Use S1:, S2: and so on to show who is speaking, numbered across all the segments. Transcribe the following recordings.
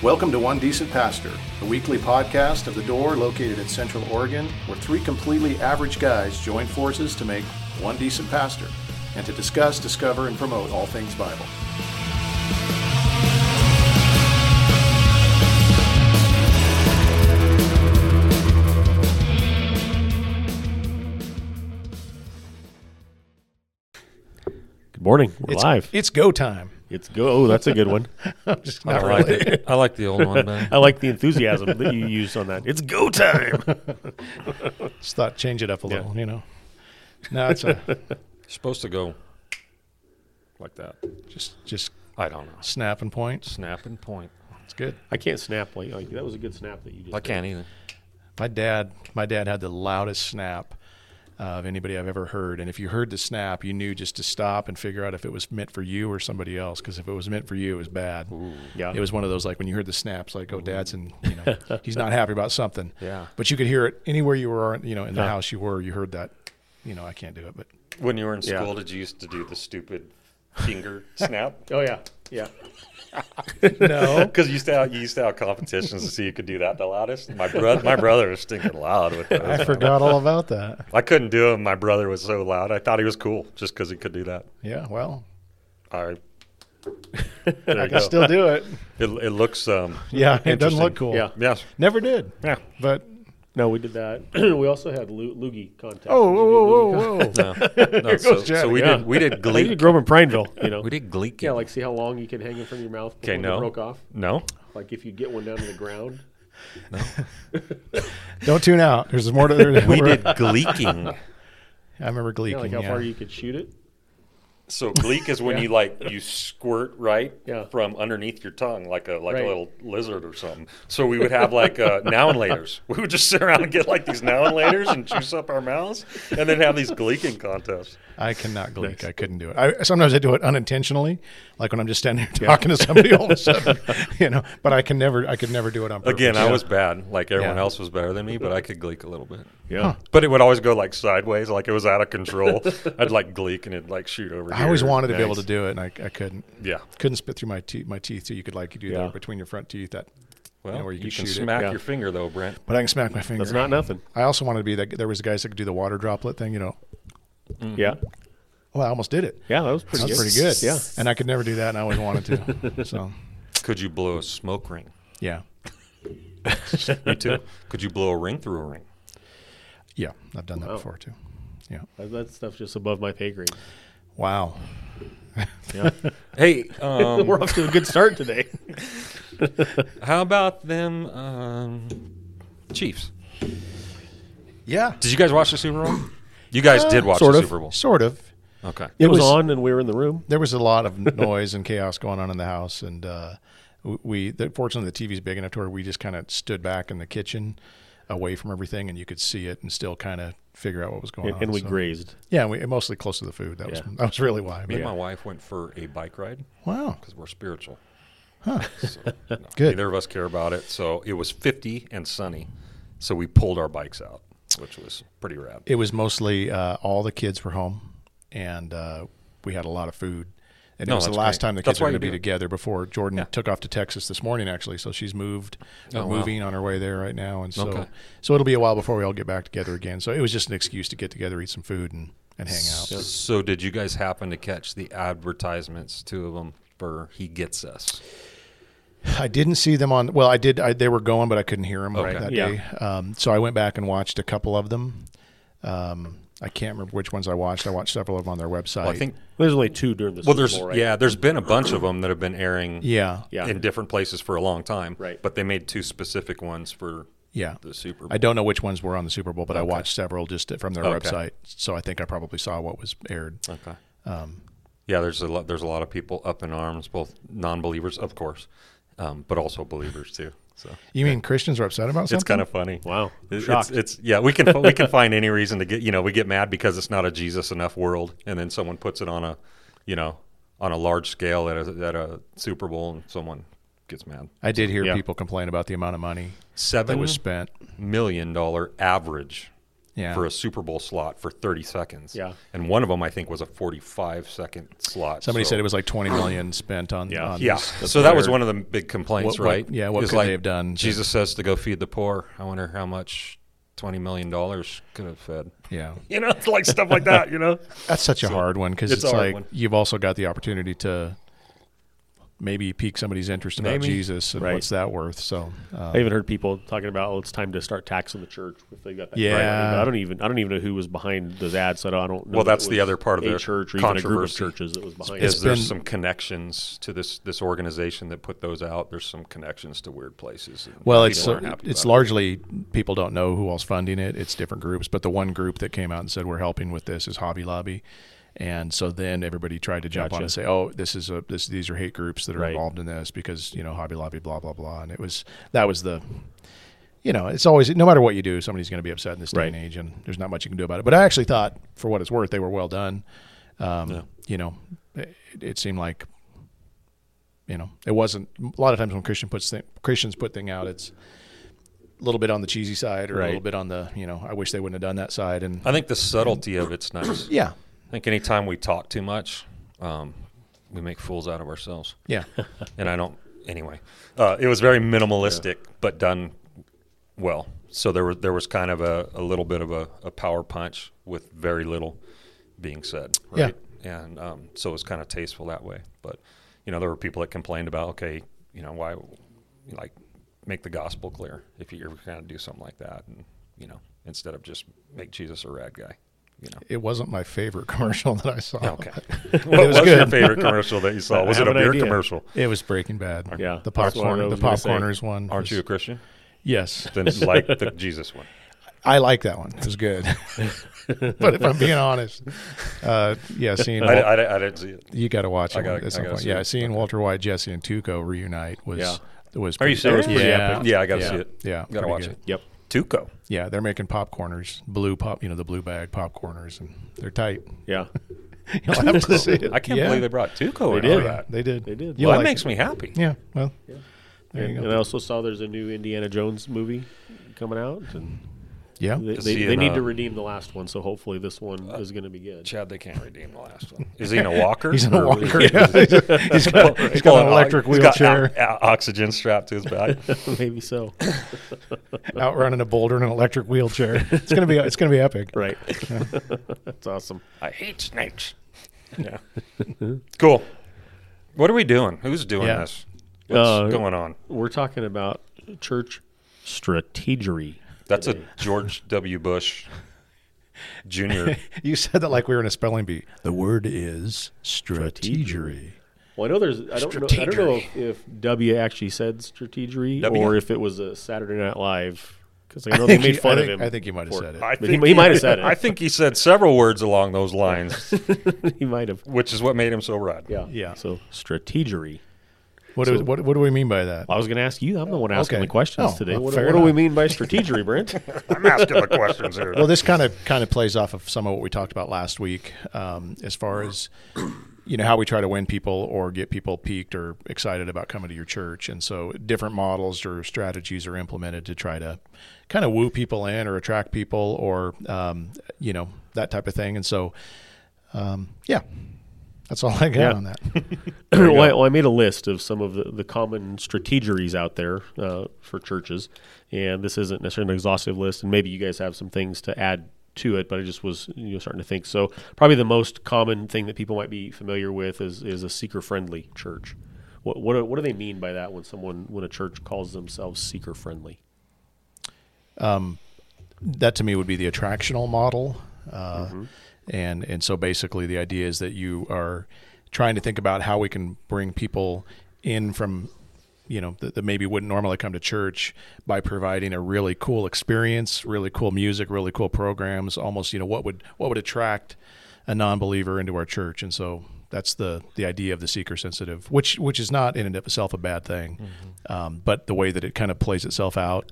S1: Welcome to One Decent Pastor, a weekly podcast of The Door located in Central Oregon, where three completely average guys join forces to make one decent pastor and to discuss, discover, and promote all things Bible.
S2: Good morning. We're
S3: It's,
S2: live.
S3: It's go time.
S2: It's go. Oh, that's a good one.
S3: I'm just
S2: I
S3: not
S2: like
S3: really-
S2: it.
S4: I like the old one better.
S2: I like the enthusiasm that you used on that. It's go time.
S3: Just thought change it up a
S2: Yeah.
S3: little, you know. No, it's a,
S4: It's supposed to go like that.
S3: just just
S4: I don't know.
S3: snap and point.
S4: Snap and point.
S3: It's good.
S2: I can't snap like, like that was a good snap that you just.
S4: I can't either.
S3: My dad, my dad had the loudest snap uh, of anybody I've ever heard, and if you heard the snap, you knew just to stop and figure out if it was meant for you or somebody else. Because if it was meant for you, it was bad.
S2: Yeah.
S3: It was one of those like when you heard the snaps, like oh, dad's and you know he's not happy about something.
S4: Yeah.
S3: But you could hear it anywhere you were, you know, in the
S2: Huh.
S3: house you were, you heard that. You know, I can't do it, but
S4: When you were in
S2: Yeah.
S4: school, did you used to do the stupid finger snap?
S2: Oh yeah. Yeah.
S3: no.
S4: Because you used to have, you used to have competitions to see who could do that the loudest. My brother, my brother was stinking loud with those.
S3: I forgot all about that.
S4: I couldn't do him. My brother was so loud. I thought he was cool just because he could do that.
S3: Yeah, well,
S4: I.
S3: I can still do it.
S4: It, it looks. Um,
S3: Yeah, it doesn't look
S4: Interesting.
S3: cool.
S2: Yeah.
S4: yeah.
S3: Never did.
S4: Yeah.
S3: But
S2: No, we did that. we also had loo- loogie contest.
S3: oh,
S2: Did you do
S3: whoa,
S2: loogie contest?
S3: whoa, whoa, whoa.
S4: No. no so,
S3: goes
S4: so we
S2: Jack.
S4: did. We did
S2: Like, you
S4: gleek.
S2: did Grove and Prineville, you know.
S4: We did gleek.
S5: Yeah, like see how long you can hang it from your mouth before
S4: Okay.
S5: it
S4: No.
S5: broke off.
S4: No.
S5: Like if you get one down to the ground.
S3: Don't tune out. There's more to there.
S4: We did gleeking.
S3: I remember
S5: Yeah,
S3: gleeking.
S5: like how
S3: yeah.
S5: far you could shoot it.
S4: So gleek is when you like you squirt right
S5: Yeah.
S4: from underneath your tongue like a like
S5: Right.
S4: a little lizard or something. So we would have like uh, now and laters. We would just sit around and get like these now and laters and juice up our mouths, and then have these gleeking contests.
S3: I cannot gleek. I couldn't do it. I, sometimes I do it unintentionally, like when I'm just standing there talking to somebody all of a sudden, you know. But I can never. I could never do it on purpose.
S4: Again, I
S3: Yeah.
S4: was bad. Like everyone
S3: Yeah.
S4: else was better than me, but I could gleek a little bit.
S2: Yeah.
S4: But it would always go like sideways, like it was out of control. I'd like gleek and it'd like shoot over.
S3: I always
S4: here.
S3: wanted to be able to
S4: Nice.
S3: do it, and I, I couldn't.
S4: Yeah.
S3: Couldn't spit through my teeth. My teeth. So you could like you do
S2: Yeah.
S3: that between your front teeth. That.
S4: Well,
S3: know, where you
S4: you,
S3: can
S4: can
S3: shoot it.
S4: smack
S2: Yeah.
S4: your finger though, Brent.
S3: But I can smack my finger.
S2: That's not nothing.
S3: I also wanted to be that. There was guys that could do the water droplet thing. You know.
S5: Mm-hmm.
S2: Yeah.
S3: Well, I almost did it.
S2: Yeah, that was pretty
S3: That's
S2: good.
S3: pretty good.
S2: Yeah.
S3: And I could never do that, and I always wanted to. So,
S4: Could you blow a smoke ring?
S3: yeah.
S4: Me too. Could you blow a ring through a ring?
S3: Yeah. I've done that
S5: Wow.
S3: before, too. Yeah.
S5: That, that stuff's just above my pay grade.
S3: Wow.
S4: Hey, um,
S5: We're off to a good start today.
S4: How about them um, Chiefs?
S3: Yeah.
S4: Did you guys watch the Super Bowl? You guys did watch
S3: Uh, sort
S4: the
S3: of,
S4: Super Bowl.
S3: Sort of.
S4: Okay.
S2: It, was,
S3: was-
S2: on and we were in the room.
S3: There was a lot of noise and chaos going on in the house, and uh, w- we the, fortunately the TV's big enough to where we just kind of stood back in the kitchen, away from everything, and you could see it and still kind of figure out what was going
S2: And,
S3: on.
S2: and we
S3: so-
S2: grazed.
S3: Yeah, we mostly close to the food. That
S2: Yeah.
S3: was that was really why.
S4: Me
S3: but-
S4: and my wife went for a bike ride
S3: Wow.
S4: because we're spiritual. So, no,
S3: Good.
S4: Neither of us care about it. So it was 50 and sunny. So we pulled our bikes out, which was pretty rad.
S3: It was mostly uh, all the kids were home, and uh, we had a lot of food. And it
S4: No,
S3: was the
S4: that's
S3: last
S4: great.
S3: time the
S4: That's
S3: kids were
S4: why
S3: going to
S4: you
S3: be
S4: do it.
S3: together before Jordan
S4: Yeah.
S3: took off to Texas this morning, actually. So she's moved, or
S4: Oh, wow.
S3: moving on her way there right now, and so
S4: Okay.
S3: so it'll be a while before we all get back together again. So it was just an excuse to get together, eat some food, and, and hang out.
S4: So did you guys happen to catch the advertisements, two of them, for He Gets Us?
S3: I didn't see them on. Well, I did. I, they were going, but I couldn't hear them
S4: Okay.
S3: that
S2: Yeah.
S3: day. Um, so I went back and watched a couple of them. Um, I can't remember which ones I watched. I watched several of them on their website.
S4: Well, I think,
S2: There's only two during the
S4: well,
S2: Super
S4: there's,
S2: Bowl, right?
S4: yeah, there's been a bunch of them that have been airing
S3: Yeah.
S2: Yeah.
S4: in different places for a long time.
S5: Right.
S4: But they made two specific ones for
S3: Yeah.
S4: the Super Bowl.
S3: I don't know which ones were on the Super Bowl, but I
S4: Okay.
S3: watched several just from their
S4: Okay.
S3: website. So I think I probably saw what was aired.
S4: Okay. yeah, there's a lot. There's a lot of people up in arms, both non-believers, of course, um, but also believers too. So
S3: You mean Christians are upset about something?
S4: it's kind of funny.
S2: Wow.
S4: It- It's,
S2: Shocked.
S4: it's yeah. We can we can find any reason to get you know we get mad because it's not a Jesus enough world, and then someone puts it on a you know on a large scale at a at a Super Bowl, and someone gets mad.
S3: I did hear
S2: Yeah.
S4: Mm-hmm.
S3: people complain about the amount of money
S4: Seven
S3: that
S4: million
S3: was spent.
S4: dollar average
S3: Yeah.
S4: for a Super Bowl slot for 30 seconds.
S5: Yeah.
S4: And one of them I think was a 45 second slot.
S3: Somebody
S4: so-
S3: said it was like 20 million spent on.
S5: Yeah.
S3: on
S4: Yeah.
S3: this- the
S4: So that was
S3: player.
S4: one of the big complaints,
S3: What- what-
S4: right?
S3: yeah, what
S4: It's
S3: could they have done to-
S4: Jesus says to go feed the poor. I wonder how much $20 million could have fed.
S3: Yeah.
S4: You know, it's like stuff like that, you know?
S3: That's such a hard one because
S4: it's
S3: it's,
S4: a hard
S3: like
S4: one.
S3: you've also got the opportunity to maybe pique somebody's interest about
S4: Maybe.
S3: Jesus and
S5: Right.
S3: what's that worth. So uh,
S5: I even heard people talking about oh, it's time to start taxing the church if they got that.
S3: Yeah.
S5: right. But I don't even I don't even know who was behind those ads. So I don't. know
S4: Well,
S5: that
S4: that's
S5: it
S4: the
S5: was
S4: other part of
S5: a
S4: the
S5: church or even a group of
S4: controversy.
S5: churches that was behind.
S4: Is
S5: it.
S4: there's
S3: been-
S4: some connections to this this organization that put those out? There's some connections to weird places. and
S3: well,
S4: people
S3: it's
S4: aren't happy
S3: it's
S4: about
S3: largely people don't know who all's funding it. It's different groups, but the one group that came out and said we're helping with this is Hobby Lobby, and so then everybody tried to jump on
S5: Gotcha.
S3: and say, oh, this is a this these are hate groups that are
S5: Right.
S3: involved in this because you know Hobby Lobby blah blah blah, and it was that was the you know, it's always no matter what you do, somebody's going to be upset in this day and
S5: Right.
S3: age, and there's not much you can do about it. But I actually thought, for what it's worth, they were well done. Um, You know, it, it seemed like, you know, it wasn't a lot of times when Christian puts th- Christians put thing out, it's a little bit on the cheesy side or a little
S5: Right.
S3: bit on the you know, I wish they wouldn't have done that side, and
S4: I think the subtlety of it's nice.
S3: yeah,
S4: I think anytime we talk too much, um, we make fools out of ourselves.
S3: yeah,
S4: and I don't. Anyway, uh, it was very minimalistic, but done well. So there was there was kind of a, a little bit of a, a power punch with very little being said.
S3: Yeah.
S4: Right? Yeah. And um, so it was kind of tasteful that way. But you know, there were people that complained about, okay, you know, why, like, make the gospel clear if you're going to do something like that, and you know, instead of just make Jesus a rad guy. You know.
S3: it wasn't my favorite commercial that I saw.
S4: Okay. what was, your favorite commercial that you saw? Was
S5: I
S4: it a
S5: have an
S4: beer
S5: idea.
S4: commercial?
S3: It was Breaking Bad.
S5: Yeah,
S3: the
S5: that's what I
S3: popcorn, the
S5: was gonna say.
S3: popcorners one.
S4: Aren't
S3: was-
S4: you a Christian?
S3: Yes.
S4: Then like the Jesus one.
S3: I like that one. It was good. but if I'm being honest, uh, yeah, seeing
S4: I,
S3: Wal-
S4: I- I didn't see it.
S3: you got to watch
S4: I
S3: it
S4: gotta-
S3: at some
S4: I gotta
S3: point.
S4: see
S3: Yeah,
S4: it.
S3: seeing Walter White, Jesse, and Tuco reunite was was.
S4: Are you
S3: pretty-
S4: serious?
S3: Yeah, yeah,
S4: yeah, I got to see it.
S3: Yeah,
S4: gotta
S3: pretty
S4: watch
S3: good.
S4: it.
S5: Yep.
S4: Tuco.
S3: Yeah, they're making popcorners, blue pop, you know, the blue bag popcorners, and they're tight.
S5: Yeah.
S3: You'll have to see it.
S4: I can't
S3: Yeah.
S4: believe they brought Tuco. in
S5: did.
S4: all
S3: Oh, yeah,
S4: that.
S3: they did. They
S5: did.
S4: Well, that makes me happy.
S3: Yeah. Well, there
S5: And,
S3: you
S5: and I
S3: go.
S5: also saw there's a new Indiana Jones movie coming out, and
S3: Yeah.
S5: they,
S4: Is
S5: they,
S4: he
S5: they
S4: in,
S5: need
S4: uh,
S5: to redeem the last one. So hopefully this one is going to be good.
S4: Chad, they can't redeem the last one. Is he in a walker?
S3: He's in a
S4: Or-
S3: walker. yeah. he's got, he's got
S4: Well,
S3: an electric
S4: he's got
S3: wheelchair,
S4: o- o- oxygen strapped to his back.
S5: Maybe so.
S3: out running a boulder in an electric wheelchair. It's gonna be it's gonna be epic.
S5: right. That's awesome.
S4: I hate snakes. Yeah. cool. What are we doing? Who's doing
S3: Yeah.
S4: this? What's
S5: Uh,
S4: going on?
S5: We're talking about church strategery.
S4: That's a George W. Bush Jr.
S3: You said that like we were in a spelling bee. The word is strategery.
S5: Well, I know there's. I don't know. I don't know if, if W actually said strategery
S4: W?
S5: or if it was a Saturday Night Live because I know they made fun
S3: I
S5: of
S3: think,
S5: him.
S3: I think you might have
S5: for
S3: said it.
S4: I
S5: He- he might have said it.
S4: I think he said several words along those lines,
S5: he might have.
S4: which is what made him so rad.
S5: Yeah.
S3: Yeah.
S5: So strategery.
S3: what, do, what, what do we mean by that?
S5: I was going to ask you. I'm the one asking
S3: Okay.
S5: the questions
S3: Oh,
S5: today.
S3: well,
S5: what
S3: fair
S5: what do we
S3: enough.
S5: mean by strategery, Brent?
S4: I'm asking the questions here.
S3: Well, this kind of kind of plays off of some of what we talked about last week, um, as far as you know how we try to win people or get people peaked or excited about coming to your church, and so different models or strategies are implemented to try to kind of woo people in or attract people or um, you know that type of thing, and so um, yeah, that's all I got
S5: Yeah.
S3: on that.
S5: well, I, well, I made a list of some of the, the common strategeries out there uh, for churches, and this isn't necessarily an exhaustive list, and maybe you guys have some things to add to it, but I just was you know starting to think. So probably the most common thing that people might be familiar with is is a seeker friendly church. What what do, what do they mean by that when someone when a church calls themselves seeker friendly?
S3: that to me would be the attractional model, uh, and and so basically the idea is that you are trying to think about how we can bring people in from you know that, that maybe wouldn't normally come to church by providing a really cool experience, really cool music, really cool programs. Almost you know what would what would attract a non-believer into our church, and so that's the the idea of the seeker sensitive, which which is not in and of itself a bad thing, um, but the way that it kind of plays itself out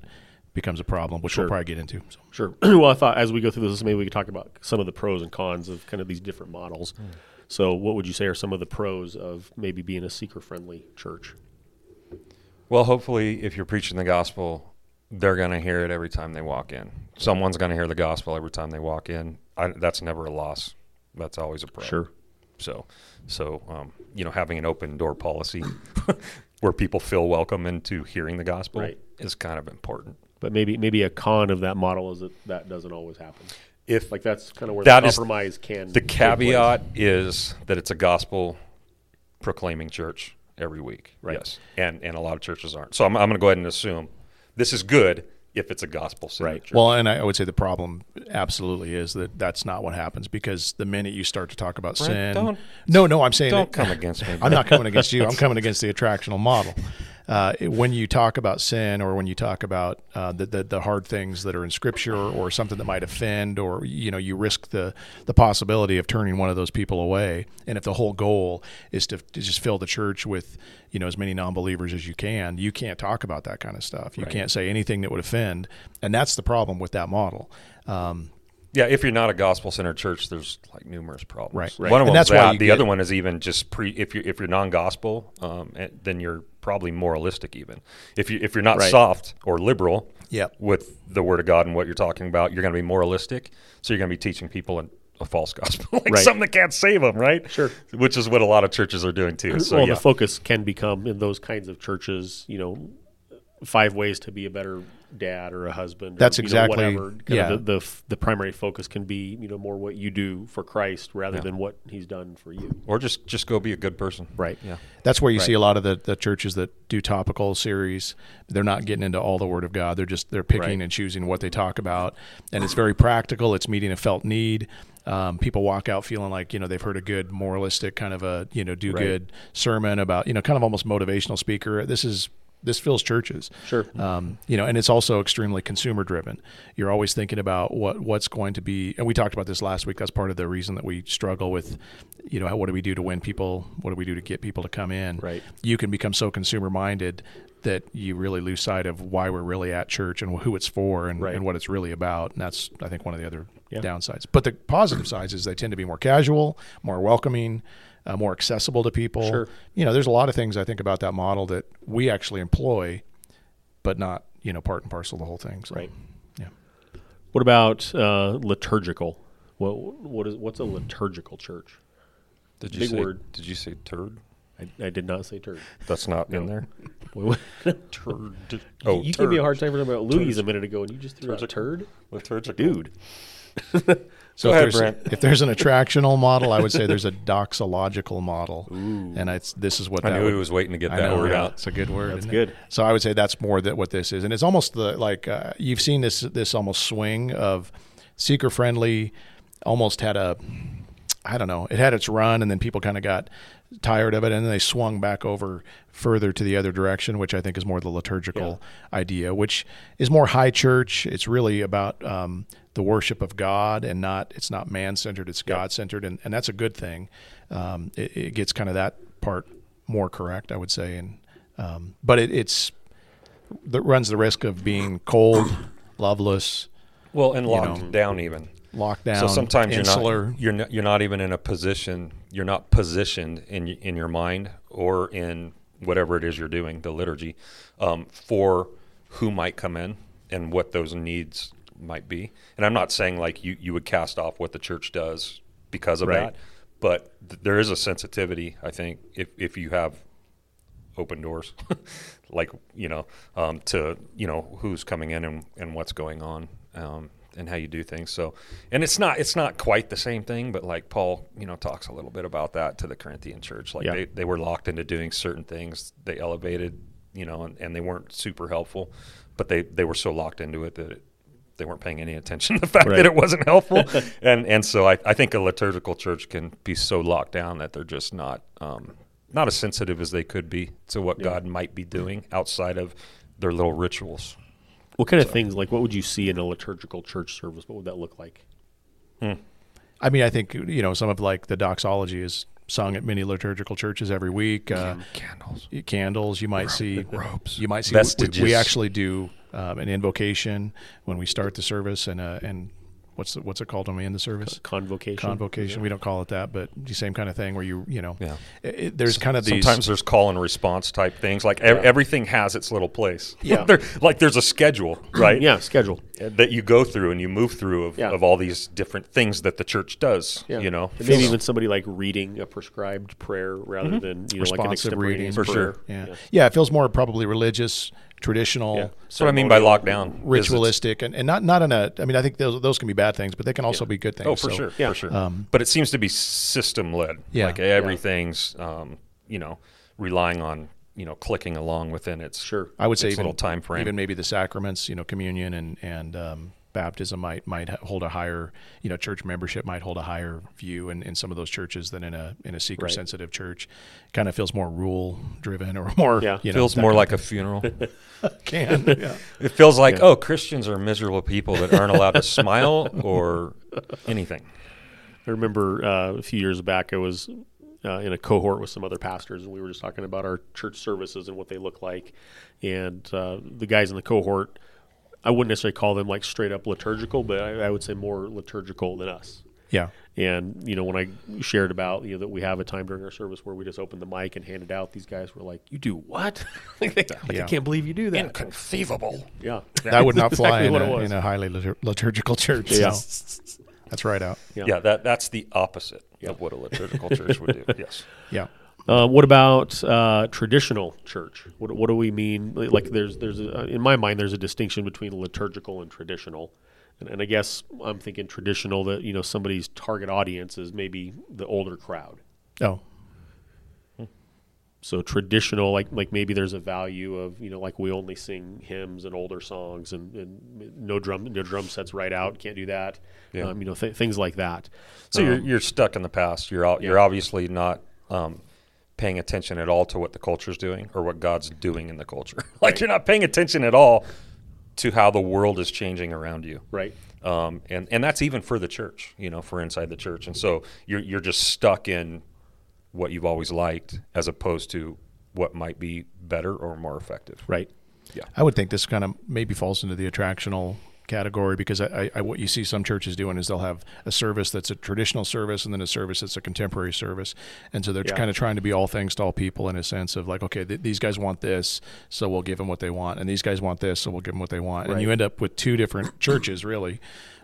S3: becomes a problem, which we'll probably get into. So.
S5: Sure. well, I thought as we go through this, maybe we could talk about some of the pros and cons of kind of these different models. So, what would you say are some of the pros of maybe being a seeker friendly church?
S4: Well, hopefully, if you're preaching the gospel, they're going to hear it every time they walk in. Someone's going to hear the gospel every time they walk in. I, that's never a loss. That's always a pro.
S5: Sure.
S4: So, so um, you know, having an open door policy where people feel welcome into hearing the gospel
S5: Right.
S4: is kind of important.
S5: But maybe maybe a con of that model is that that doesn't always happen.
S4: If
S5: Like that's kind of where
S4: That
S5: the
S4: is
S5: compromise can.
S4: the
S5: take place.
S4: caveat is that it's a gospel proclaiming church every week.
S5: Right.
S4: Yes. And and a lot of churches aren't. So I'm, I'm going to go ahead and assume this is good if it's a gospel centered
S5: Right.
S4: church.
S3: Well, and I would say the problem absolutely is that that's not what happens because the minute you start to talk about
S4: Brent,
S3: sin,
S4: don't-
S3: no, no, I'm saying
S4: don't
S3: that-
S4: come against me,
S3: I'm not coming against you. I'm coming against the attractional model. Uh, it- when you talk about sin, or when you talk about uh, the, the the hard things that are in Scripture, or something that might offend, or you know, you risk the the possibility of turning one of those people away. And if the whole goal is to, to just fill the church with you know as many non-believers as you can, you can't talk about that kind of stuff. You can't say anything that would offend, and that's the problem with that model. Um,
S4: yeah. If you're not a gospel centered church, there's like numerous problems.
S3: Right. Right.
S4: One of
S3: And
S4: them
S3: that's
S4: that's
S3: why
S4: that.
S3: you
S4: the
S3: get-
S4: other one is even just pre. If you if you're non gospel, um, eh, then you're probably moralistic. Even if you if you're not
S5: Right.
S4: soft or liberal.
S3: Yep.
S4: With the word of God and what you're talking about, you're going to be moralistic. So you're going to be teaching people an, a false gospel, like
S5: Right.
S4: something that can't save them, right?
S5: Sure.
S4: Which is what a lot of churches are doing too. So
S5: well,
S4: yeah.
S5: the focus can become in those kinds of churches, you know, five ways to be a better dad or a husband.
S3: That's
S5: or, you
S3: exactly-
S5: know, whatever. Kind of
S3: yeah.
S5: the, the f- the primary focus can be you know more what you do for Christ rather than what He's done for you.
S4: or just just go be a good person.
S5: Right.
S4: Yeah.
S3: That's where you see a lot of the, the churches that do topical series. They're not getting into all the Word of God. They're just they're picking
S5: Right.
S3: and choosing what they talk about, and it's very practical. It's meeting a felt need. Um, people walk out feeling like you know they've heard a good moralistic kind of a you know do good sermon about you know kind of almost motivational speaker. This is this fills churches.
S5: Sure.
S3: Um, you know, and it's also extremely consumer driven. You're always thinking about what what's going to be, and we talked about this last week. That's part of the reason that we struggle with, you know, what do we do to win people? What do we do to get people to come in?
S5: Right.
S3: You can become so consumer minded that you really lose sight of why we're really at church and who it's for and,
S5: Right.
S3: and what it's really about. And that's, I think, one of the other
S5: Yeah.
S3: downsides. But the positive sides is they tend to be more casual, more welcoming, uh, more accessible to people.
S5: Sure.
S3: You know, there's a lot of things I think about that model that we actually employ but not you know part and parcel of the whole thing. So,
S5: Right.
S3: Yeah.
S5: What about uh, liturgical? What what is what's a liturgical church?
S4: Did you
S5: Big
S4: say,
S5: word.
S4: Did you say turd?
S5: I, I did not say turd.
S4: That's not in there.
S5: turd.
S4: Oh,
S5: you gave me a
S4: turd.
S5: hard time talking about Louis a minute ago, and you just threw out a turd.
S4: Liturgical.
S5: Dude,
S3: So
S4: ahead,
S3: if, there's,
S4: Brent.
S3: if there's an attractional model, I would say there's a doxological model, and it's this is what
S4: I
S3: that
S4: knew
S3: would,
S4: he was waiting to get
S3: I
S4: that
S3: know,
S4: word
S3: yeah,
S4: out.
S3: It's a good word. That's
S5: good.
S3: So I would say that's more that what this is, and it's almost the like uh, you've seen this this almost swing of seeker friendly, almost had a. I don't know. It had its run, and then people kind of got tired of it, and then they swung back over further to the other direction, which I think is more the liturgical idea, which is more high church. It's really about um, the worship of God, and not it's not man centered; it's God centered, and, and that's a good thing. Um, it, it gets kind of that part more correct, I would say, and um, but it, it's that runs the risk of being cold, loveless,
S4: Well, and locked
S3: know.
S4: down even.
S3: locked down.
S4: So sometimes
S3: insular.
S4: you're not you're not you're not even in a position. You're not positioned in y- in your mind or in whatever it is you're doing, the liturgy, um, for who might come in and what those needs might be. And I'm not saying like you you would cast off what the church does because of
S5: Right.
S4: that, but th- there is a sensitivity. I think if if you have open doors, like you know, um, to you know who's coming in and, and what's going on, um, and how you do things. So, and it's not it's not quite the same thing, but like Paul, you know, talks a little bit about that to the Corinthian church. Like
S5: Yeah.
S4: they, they were locked into doing certain things. They elevated, you know, and, and they weren't super helpful, but they they were so locked into it that. It, they weren't paying any attention to the fact
S5: Right.
S4: that it wasn't helpful, and and so I, I think a liturgical church can be so locked down that they're just not um, not as sensitive as they could be to what God might be doing outside of their little rituals.
S5: what kind of things like what would you see in a liturgical church service? What would that look like?
S3: I mean, I think you know some of like the doxology is sung at many liturgical churches every week. Uh,
S4: Candles.
S3: y- candles, you might see ropes. You might see. We,
S4: Vestiges.
S3: we actually do um, an invocation when we start the service and a and what's the, what's it called when we end the service?
S5: Convocation.
S3: Convocation. We don't call it that, but the same kind of thing where you you know,
S4: Yeah.
S3: it, it- there's kind of these.
S4: Sometimes there's call and response type things. Like ev- everything has its little place.
S3: Yeah.
S4: There- like there's a schedule, right?
S5: Yeah, schedule.
S4: That you go through and you move through of,
S2: Yeah.
S4: of all these different things that the church does.
S2: Yeah.
S4: You know,
S5: And maybe even somebody like reading a prescribed prayer rather than you know like an
S3: Responsive reading.
S5: extemporaneous
S4: For sure.
S5: prayer.
S3: yeah. yeah, it feels more probably religious, traditional.
S5: Yeah.
S4: that's what I mean by lockdown. is it's-
S3: Ritualistic and, and not not in a. I mean, I think those those can be bad things, but they can also be good things.
S4: Oh, for
S3: So- Um,
S4: sure,
S5: Yeah.
S4: for sure. but it seems to be system led.
S3: Yeah.
S4: like
S3: Yeah.
S4: everything's, um, you know, relying on you know clicking along within its
S5: Sure.
S3: I would say
S4: its
S3: even
S4: little time frame.
S3: even maybe the sacraments, you know, communion and and um, baptism might might ha- hold a higher, you know, church membership might hold a higher view in, in some of those churches than in a in a seeker sensitive church. Kind of feels more rule driven or more,
S5: Yeah.
S3: you know,
S4: feels
S3: that
S4: more
S3: kind
S4: like a funeral.
S3: of can. yeah.
S4: it feels like oh, Christians are miserable people that aren't allowed to smile or anything.
S5: I remember uh, a few years back, I was uh, in a cohort with some other pastors, and we were just talking about our church services and what they look like. And uh, the guys in the cohort, I wouldn't necessarily call them like straight up liturgical, but I, I would say more liturgical than us.
S3: Yeah.
S5: And you know, when I shared about you know that we have a time during our service where we just open the mic and hand it out, these guys were like, "You do what? like, they, like,
S3: Yeah.
S5: I can't believe you do that."
S4: Inconceivable.
S5: yeah,
S3: That would not
S5: That's
S3: fly
S5: exactly
S3: in,
S5: what it
S3: a,
S5: was.
S3: in a highly litur- liturgical church.
S5: Yeah.
S3: so that's right out.
S5: Yeah.
S4: Yeah, that that's the opposite of what a liturgical church would do. Yes.
S3: Yeah.
S5: Uh, what about uh, traditional church? What, what do we mean? Like, there's there's a, in my mind there's a distinction between liturgical and traditional, and, and I guess I'm thinking traditional that you know somebody's target audience is maybe the older crowd.
S3: Oh,
S5: So traditional, like like maybe there's a value of you know like we only sing hymns and older songs and, and no drum no drum sets right out can't do that,
S4: Yeah.
S5: um, you know th- things like that.
S4: So you're,
S3: Um,
S4: you're stuck in the past. You're out, you're obviously not um, paying attention at all to what the culture's doing or what God's doing in the culture. like you're not paying attention at all to how the world is changing around you.
S5: Right.
S4: Um, and and that's even for the church, you know, for inside the church. And so you're you're just stuck in what you've always liked as opposed to what might be better or more effective.
S5: Right.
S3: I would think this kind of maybe falls into the attractional category because I, I, I what you see some churches doing is they'll have a service that's a traditional service and then a service that's a contemporary service, and so they're
S5: Yeah.
S3: kind of trying to be all things to all people in a sense of like, okay, th- these guys want this, so we'll give them what they want, and these guys want this, so we'll give them what they want, and you end up with two different churches really.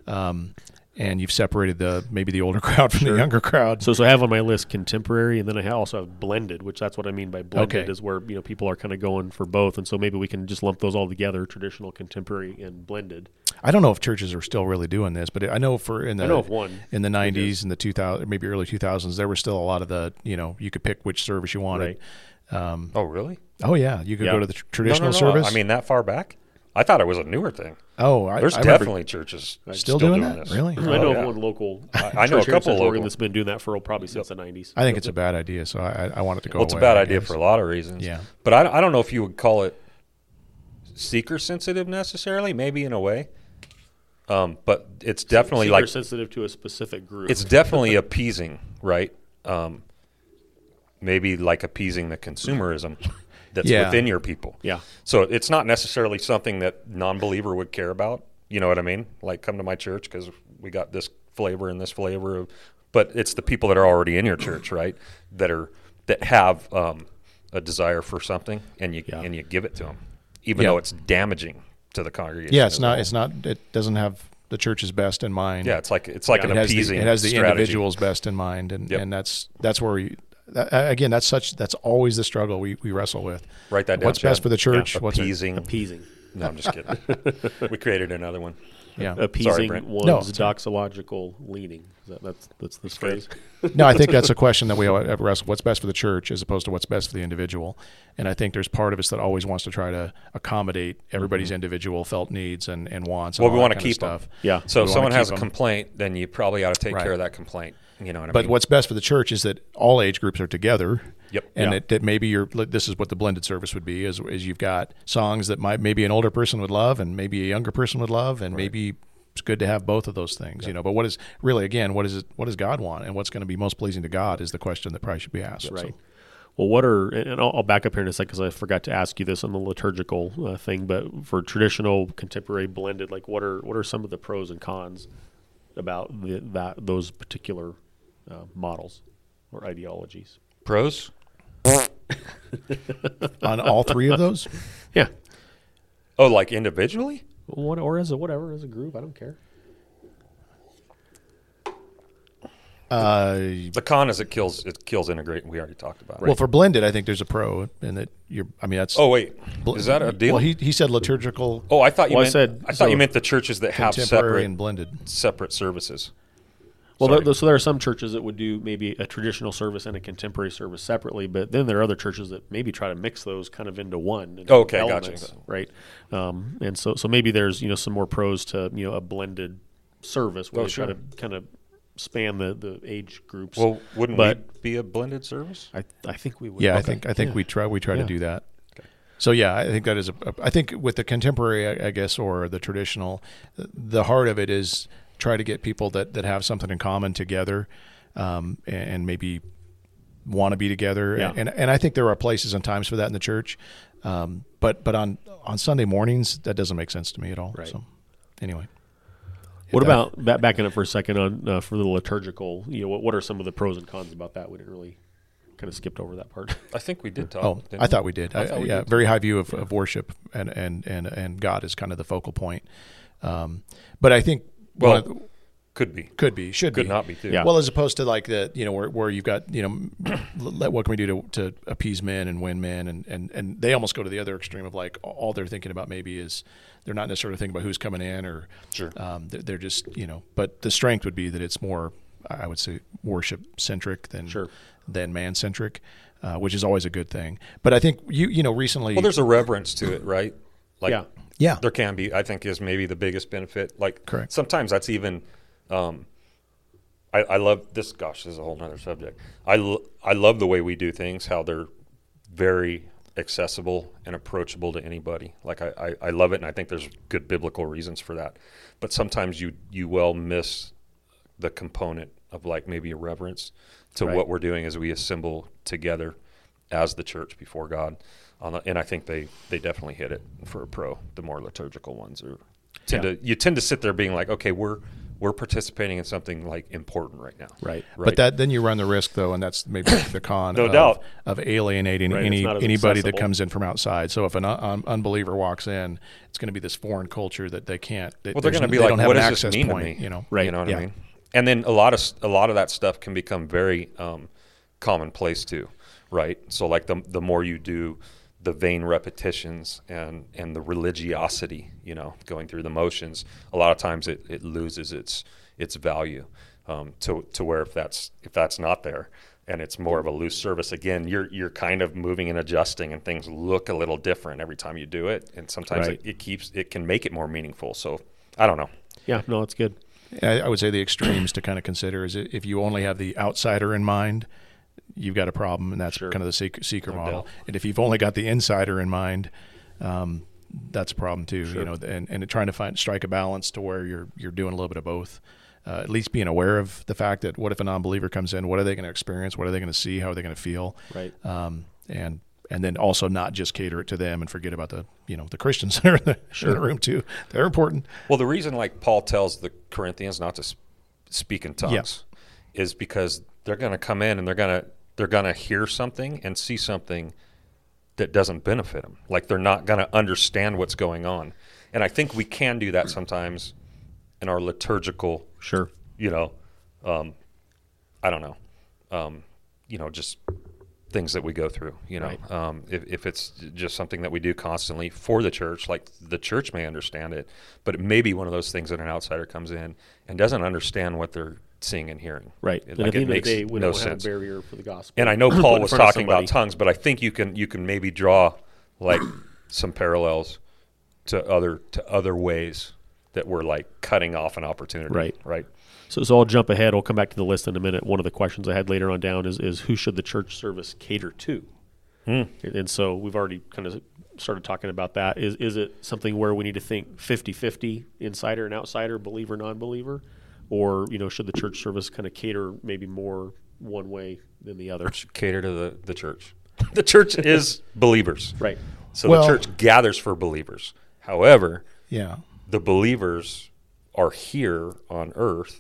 S3: Um, and you've separated the maybe the older crowd from the younger crowd.
S5: So, so I have on my list contemporary, and then I ha- also have blended, which that's what I mean by blended
S3: Okay.
S5: is where you know people are kind of going for both, and so maybe we can just lump those all together: traditional, contemporary, and blended.
S3: I don't know if churches are still really doing this, but I know for in the
S5: know of one.
S3: in the '90s and the 2000 maybe early 2000s, there were still a lot of the you know you could pick which service you wanted.
S4: Oh, really?
S3: Oh yeah, you could
S5: Yeah.
S3: go to the tr- traditional
S4: no, no, no.
S3: service.
S4: I mean, that far back? I thought it was a newer thing.
S3: oh, I,
S4: There's
S3: I remember
S4: definitely churches
S3: still, doing, that.
S4: this.
S3: Really,
S5: I know
S4: Oh, yeah.
S5: of one local.
S4: I know a
S5: church here in
S4: couple
S5: Central Oregon
S4: local.
S5: that's been doing that for oh, probably since the '90s.
S3: I think it's a bad idea. So I, I, I want it to go.
S4: Well, it's a
S3: away,
S4: bad
S3: I
S4: idea
S3: guess.
S4: for a lot of reasons.
S3: Yeah.
S4: But I, I don't know if you would call it seeker sensitive necessarily, maybe in a way. Um, but it's definitely
S5: Super
S4: like
S5: sensitive to a specific group.
S4: it's definitely appeasing, right? Um, maybe like appeasing the consumerism that's
S3: Yeah.
S4: within your people.
S5: Yeah.
S4: So it's not necessarily something that non-believer would care about. You know what I mean? Like come to my church because we got this flavor and this flavor. Of, but it's the people that are already in your church, right? That are that have um, a desire for something, and you and you give it to them, even
S3: Yeah.
S4: though it's damaging to the congregation.
S3: Yeah, it's
S4: as
S3: not.
S4: well.
S3: It's not. It doesn't have the church's best in mind.
S4: yeah, it's like it's like
S5: Yeah.
S4: an
S3: it has
S4: appeasing.
S3: the, it has the
S4: strategy.
S3: individual's best in mind, and,
S4: Yep.
S3: and that's that's where you. That, again, that's such that's always the struggle we, we wrestle with.
S4: Write that down.
S3: What's best
S4: Chad.
S3: for the church?
S4: Yeah.
S3: What's
S4: appeasing?
S5: appeasing,
S4: No, I'm just kidding. we created another one.
S3: yeah.
S5: appeasing
S4: Brent.
S5: one's
S3: No, it's
S5: doxological leaning. Is that, that's that's this phrase.
S3: no, I think that's a question that we all have wrestled. What's best for the church as opposed to what's best for the individual? And I think there's part of us that always wants to try to accommodate everybody's individual felt needs and, and wants. and
S4: Mm-hmm. Well, we
S3: all that
S4: wanna
S3: kind of
S4: keep 'em.
S3: stuff.
S5: Yeah.
S4: So
S3: We
S4: if
S3: wanna
S4: someone
S3: keep
S4: has a
S3: 'em.
S4: complaint, then you probably ought to take
S3: Right.
S4: care of that complaint. You know what I
S3: But
S4: mean?
S3: what's best for the church is that all age groups are together.
S4: Yep.
S3: And
S4: Yeah.
S3: that, that maybe you're, like, this is what the blended service would be is, is you've got songs that might, maybe an older person would love and maybe a younger person would love. And maybe it's good to have both of those things, you know, but what is really, again, what is it, what does God want? And what's going to be most pleasing to God is the question that probably should be asked. So-
S5: Right. Well, what are and and I'll, I'll back up here in a second because I forgot to ask you this on the liturgical uh, thing, but for traditional, contemporary, blended, like what are what are some of the pros and cons about the, that those particular uh, models or ideologies.
S4: Pros?
S3: on all three of those.
S5: Yeah,
S4: Oh, like individually?
S5: one or as a whatever as a group, I don't care.
S3: Uh,
S4: The con is it kills it kills integrate. We already talked about. it.
S3: Well, for blended, I think there's a pro in that you're. I mean, that's.
S4: oh wait,
S3: bl-
S4: is that a deal?
S3: Well, he, he said liturgical,
S4: oh, I thought you
S5: Well, I
S4: meant. I,
S5: said-
S4: thought
S5: so-
S4: you meant the churches that have
S3: contemporary,
S4: separate
S3: and blended.
S4: separate services.
S5: Well,
S4: Sorry.
S5: there, so there are some churches that would do maybe a traditional service and a contemporary service separately, but then there are other churches that maybe try to mix those kind of into one. into
S4: Okay, gotcha.
S5: Right, um, and so so maybe there's you know some more pros to you know a blended service where
S4: Oh,
S5: they
S4: sure.
S5: try to kind of span the, the age groups.
S4: Well, wouldn't
S5: but
S4: we be a blended service?
S5: I I think we would.
S3: Yeah, I think I think we try we try to
S5: Yeah.
S3: do that. So yeah, I think that is a. I think with the contemporary, I, I guess, or the traditional, the heart of it is try to get people that that have something in common together, um, and, and maybe want to be together.
S5: Yeah.
S3: And and I think there are places and times for that in the church, um, but but on on Sunday mornings that doesn't make sense to me at all.
S5: Right.
S3: So anyway,
S5: What
S3: that-
S5: about ba- backing up for a second on uh, for the liturgical? You know, what what are some of the pros and cons about that? We didn't really kind of skipped over that part.
S4: I think we did talk.
S3: Oh,
S4: didn't
S3: I thought we did.
S4: I
S3: I-
S4: thought we
S3: yeah,
S4: did.
S3: very high view of, of worship and, and and and God is kind of the focal point. Um, but I think one
S4: Well,
S3: of-
S4: could be,
S3: could be, should
S4: could
S3: be.
S4: not be too.
S5: Yeah.
S3: Well, as opposed to like the you know where, where you've got you know let, what can we do to, to appease men and win men and, and and they almost go to the other extreme of like all they're thinking about maybe is they're not necessarily thinking about who's coming in or
S4: Sure.
S3: um, they're, they're just you know but the strength would be that it's more I would say worship centric than
S5: Sure.
S3: than man centric. Uh, which is always a good thing, but I think you you know recently.
S4: Well, there's a reverence to it, right? Like,
S5: Yeah.
S3: Yeah.
S4: there can be. I think is maybe the biggest benefit. Like,
S3: Correct.
S4: Sometimes that's even. Um, I, I love this. Gosh, this is a whole nother subject. I lo- I love the way we do things. How they're very accessible and approachable to anybody. Like I, I, I love it, and I think there's good biblical reasons for that. But sometimes you you will miss the component of like maybe a reverence to
S3: Right.
S4: what we're doing as we assemble together as the church before God. On the, and I think they they definitely hit it for a pro. The more liturgical ones are tend to you tend to sit there being like, okay, we're we're participating in something like important right now.
S5: Right.
S4: Right.
S3: But that then you run the risk though, and that's maybe the con
S4: No
S3: of,
S4: doubt.
S3: of alienating
S5: Right,
S3: any
S5: it's not as
S3: anybody that
S5: accessible.
S3: comes in from outside. So if an un- un- unbeliever walks in, it's going to be this foreign culture that they can't. That
S4: well, they're
S3: there's n-
S4: going to be
S3: they
S4: like,
S3: don't have
S4: what
S3: an
S4: does this
S3: access
S4: mean
S3: point,
S4: to me?
S3: You know,
S5: Right,
S4: You know what
S3: yeah.
S4: I mean? And then a lot of s- a lot of that stuff can become very um, commonplace too, right? So like the the more you do the vain repetitions and and the religiosity, you know, going through the motions, a lot of times it, it loses its its value um, to to where if that's if that's not there and it's more of a loose service again you're you're kind of moving and adjusting and things look a little different every time you do it and sometimes
S5: Right.
S4: it, it keeps it can make it more meaningful so i don't know
S5: yeah, no, it's good.
S3: I, I would say the extremes to kind of consider is i- if you only have the outsider in mind, you've got a problem, and that's kind of the seeker, seeker model.
S4: doubt.
S3: And if you've only got the insider in mind, um, that's a problem too. You know, and and trying to find strike a balance to where you're you're doing a little bit of both. Uh, at least being aware of the fact that what if a non-believer comes in, what are they going to experience? What are they going to see? How are they going to feel?
S5: Right.
S3: Um, and and then also not just cater it to them and forget about the you know the Christians that are in the, in the room too. They're important.
S4: Well, the reason like Paul tells the Corinthians not to s- speak in tongues is because they're going to come in and they're going to they're going to hear something and see something that doesn't benefit them. Like they're not going to understand what's going on. And I think we can do that sometimes in our liturgical
S5: Sure.
S4: you know, um, I don't know, um, you know, just things that we go through, you know,
S5: Right.
S4: um, if, if it's just something that we do constantly for the church, like the church may understand it, but it may be one of those things that an outsider comes in and doesn't understand what they're seeing and hearing.
S5: Right.
S4: It,
S5: and at
S4: like
S5: the
S4: it
S5: end of the
S4: makes
S5: day, we
S4: no
S5: don't
S4: sense.
S5: have a barrier for the gospel.
S4: And I know
S5: put
S4: Paul
S5: in
S4: was
S5: front of
S4: talking about
S5: somebody.
S4: tongues, but I think you can you can maybe draw like some parallels to other to other ways that we're like cutting off an opportunity.
S5: Right.
S4: Right.
S5: So, so I'll jump ahead. I'll come back to the list in a minute. One of the questions I had later on down is, is who should the church service cater to?
S4: Hmm.
S5: And- And so we've already kind of started talking about that. Is, is it something where we need to think 50 50, insider and outsider, believer, non believer? Or, you know, should the church service kind of cater maybe more one way than the other?
S4: cater to the, the church. The church is believers.
S5: Right.
S4: So
S3: Well-
S4: the church gathers for believers. However,
S3: Yeah.
S4: the believers are here on earth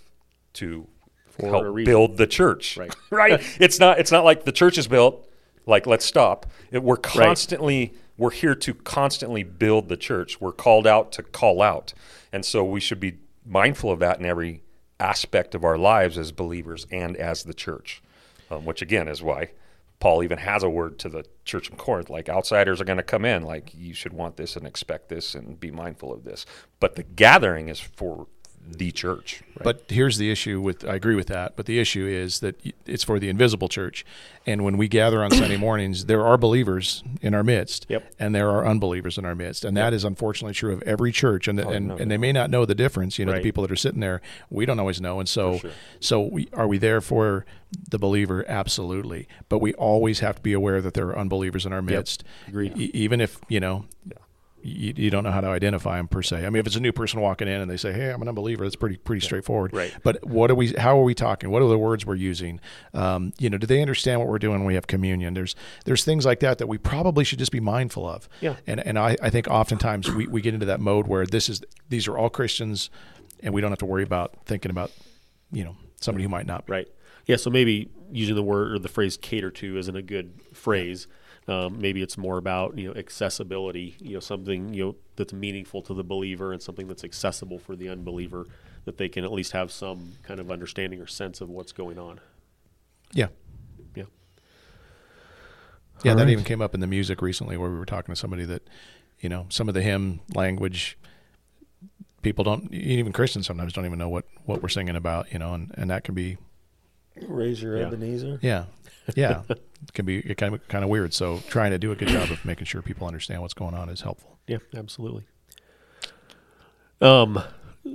S4: to
S2: For a
S4: help
S2: reason.
S4: build the church.
S2: Right.
S4: right. It's not it's not like the church is built, like let's stop. It, we're constantly we're here to constantly build the church. We're called out to call out. And so we should be mindful of that in every aspect of our lives as believers and as the church. Um, which again is why Paul even has a word to the church in Corinth, like outsiders are going to come in, like you should want this and expect this and be mindful of this. But the gathering is for the church.
S3: But here's the issue with I agree with that, but the issue is that y- it's for the invisible church. And when we gather on Sunday mornings, there are believers in our midst
S2: Yep.
S3: and there are unbelievers in our midst. And that is unfortunately true of every church and and, and they may not know the difference, you
S2: Oh,
S3: know,
S2: Right.
S3: the people that are sitting there, we don't always know. And so so we, are we there for the believer? Absolutely. But we always have to be aware that there are unbelievers in our midst.
S2: Agreed.
S3: E- even if, you know, you, you don't know how to identify them per se. I mean, if it's a new person walking in and they say, "Hey, I'm an unbeliever," that's pretty pretty straightforward.
S2: Right.
S3: But what are we? How are we talking? What are the words we're using? Um, you know, do they understand what we're doing when we have communion? There's there's things like that that we probably should just be mindful of.
S2: Yeah.
S3: And and I, I think oftentimes we, we get into that mode where this is these are all Christians, and we don't have to worry about thinking about you know somebody who might not be.
S5: Right. Yeah. So maybe using the word or the phrase "cater to" isn't a good phrase. Um, maybe it's more about you know accessibility. You know something you know that's meaningful to the believer and something that's accessible for the unbeliever that they can at least have some kind of understanding or sense of what's going on.
S3: Yeah.
S5: Yeah.
S3: Yeah,
S5: All
S3: that
S5: right.
S3: even came up in the music recently where we were talking to somebody that, you know, some of the hymn language people don't even Christians sometimes don't even know what what we're singing about, you know, and and that can be
S6: Raise your
S5: Yeah.
S6: Ebenezer.
S3: yeah. Yeah. it can be it kind of kind of weird. So trying to do a good job of making sure people understand what's going on is helpful.
S5: Yeah, absolutely. Um,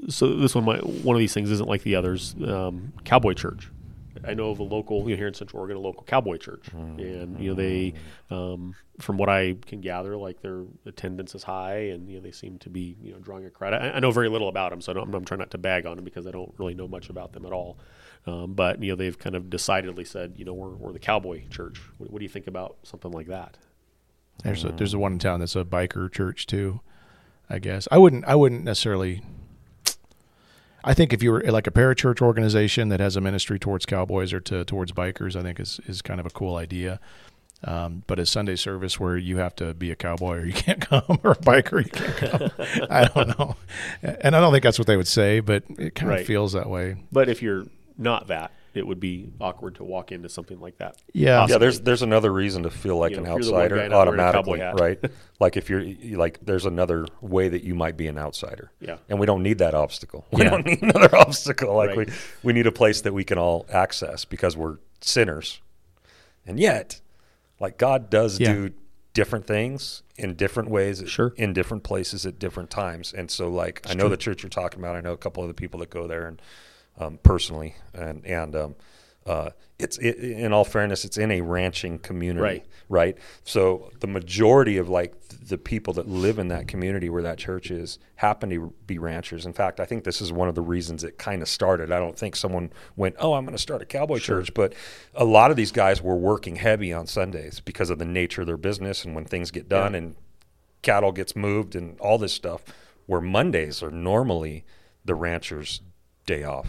S5: so this one, might, one of these things isn't like the others. Um, cowboy church. I know of a local you know, here in Central Oregon, a local cowboy church, and you know they, um, from what I can gather, like their attendance is high, and you know they seem to be you know drawing a crowd. I, I know very little about them, so I don't, I'm trying not to bag on them because I don't really know much about them at all. Um, but you know they've kind of decidedly said, you know, we're, we're the cowboy church. What, what do you think about something like that?
S3: There's a, there's a one in town that's a biker church too, I guess. I wouldn't I wouldn't necessarily. I think if you were like a parachurch organization that has a ministry towards cowboys or to, towards bikers, I think is is kind of a cool idea. Um, but a Sunday service where you have to be a cowboy or you can't come, or a biker you can't come, I don't know. And I don't think that's what they would say, but it kind
S5: Right.
S3: of feels that way.
S5: But if you're not that, it would be awkward to walk into something like that.
S3: Yeah,
S4: yeah, there's there's another reason to feel like
S5: You know,
S4: an
S5: if you're the one guy not
S4: outsider
S5: wearing a cowboy
S4: automatically,
S5: hat.
S4: right? like if you're you- like, there's another way that you might be an outsider.
S5: Yeah.
S4: and we don't need that obstacle. We don't need another obstacle. Like
S5: Right.
S4: we we need a place that we can all access because we're sinners, and yet, like God does
S3: Yeah.
S4: do different things in different ways,
S5: Sure.
S4: in different places at different times. And so, like, I know the church you're talking about. I know a couple of the people that go there, and um, personally, and and um, uh, it's it, in all fairness, it's in a ranching community,
S5: Right.
S4: right? So the majority of like the people that live in that community where that church is happen to be ranchers. In fact, I think this is one of the reasons it kind of started. I don't think someone went, "Oh, I'm going to start a cowboy church," but a lot of these guys were working heavy on Sundays because of the nature of their business and when things get done and cattle gets moved and all this stuff. Where Mondays are normally the rancher's day off.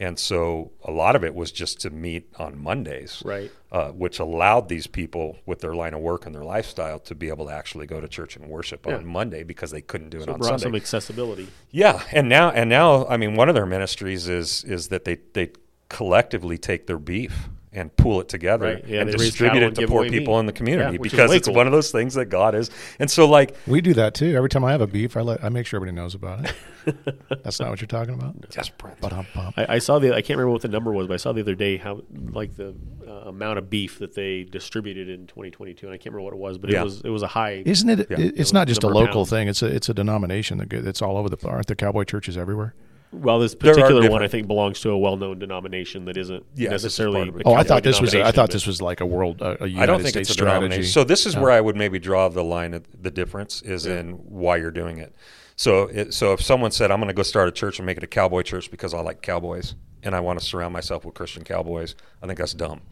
S4: And so a lot of it was just to meet on Mondays,
S5: Right.
S4: Uh, which allowed these people with their line of work and their lifestyle to be able to actually go to church and worship on Monday because they couldn't do it on
S5: brought
S4: Sunday.
S5: some accessibility.
S4: Yeah, and now and now, I mean, one of their ministries is is that they they collectively take their beef and pool it together
S5: Right, yeah,
S4: and
S5: they raise
S4: distribute
S5: cattle
S4: it
S5: and
S4: to
S5: give
S4: poor
S5: away
S4: people
S5: meat.
S4: in the community
S5: Yeah, which is
S4: because
S5: way
S4: it's
S5: cool.
S4: one of those things that God is. And so, like,
S3: we do that too. Every time I have a beef, I let I make sure everybody knows about it. that's not what you're talking about.
S4: yes, Brent.
S3: Ba-dum-bum.
S5: I, I saw the, I can't remember what the number was, but I saw the other day how, like, the uh, amount of beef that they distributed in 2022, and I can't remember what it was, but
S4: Yeah.
S5: it was it was a high.
S3: Isn't it? it- It's not just a
S5: Number of
S3: local
S5: pounds.
S3: thing. It's a it's a denomination that go- that's all over the. Aren't there cowboy churches everywhere?
S5: well, this
S4: are
S5: particular one
S4: different-
S5: I think belongs to a well-known denomination that isn't
S4: Yeah, this is part
S5: necessarily.
S4: of it.
S5: a
S3: Oh, I
S5: cowboy
S3: thought this was. A, I
S5: denomination,
S3: thought
S5: but-
S3: this was like a world. A, a United
S4: I don't think
S3: States
S4: it's a
S3: strategy.
S4: denomination. So this is where I would maybe draw the line of the difference is in why you're doing it. So it, so if someone said I'm going to go start a church and make it a cowboy church because I like cowboys and I want to surround myself with Christian cowboys, I think that's dumb.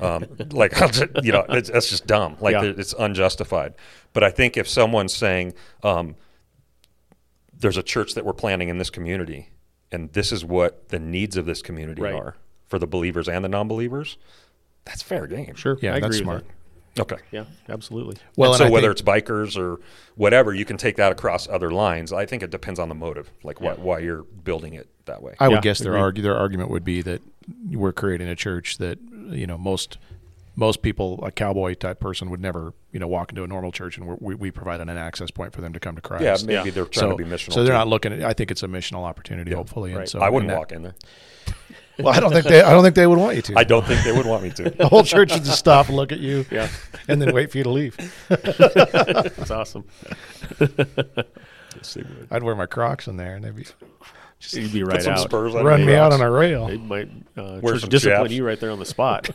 S4: Um, like I'll just, you know, it's, that's just dumb. Like
S5: Yeah.
S4: there- it's unjustified. But I think if someone's saying um, there's a church that we're planning in this community and this is what the needs of this community
S2: Right.
S4: are for the believers and the non-believers. That's fair game.
S5: Sure.
S3: Yeah,
S5: I
S3: that's
S5: agree
S3: smart.
S5: With
S4: Okay.
S5: that. Yeah, absolutely.
S3: Well,
S4: and
S3: and I
S4: so whether
S3: think-
S4: it's bikers or whatever, you can take that across other lines. I think it depends on the motive, like why, why you're building it that way.
S3: I would
S5: Yeah,
S3: guess their
S5: agreed.
S3: argue their argument would be that we're creating a church that you know most most people a cowboy type person would never you know walk into a normal church and we're, we we provide an access point for them to come to Christ.
S4: yeah, maybe they're trying
S3: so,
S4: to be missional.
S3: so they're
S4: too.
S3: not looking at. I think it's a missional opportunity, hopefully. And
S2: right.
S3: so
S4: I wouldn't
S3: and that-
S4: walk in there.
S3: Well, I don't think they. I don't think they would want you to.
S4: I don't think they would want me to.
S3: the whole church would just stop, and look at you,
S2: Yeah.
S3: and then wait for you to leave.
S5: That's awesome.
S4: Yes, they would.
S3: I'd wear my Crocs in there, and they'd be
S5: You'd be
S4: Put
S5: right
S4: some
S5: out.
S4: spurs on
S3: run
S4: your
S3: me out
S4: crocs.
S3: on a rail.
S5: They might uh,
S4: Wear
S5: church
S4: some
S5: discipline
S4: chaps.
S5: you right there on the spot.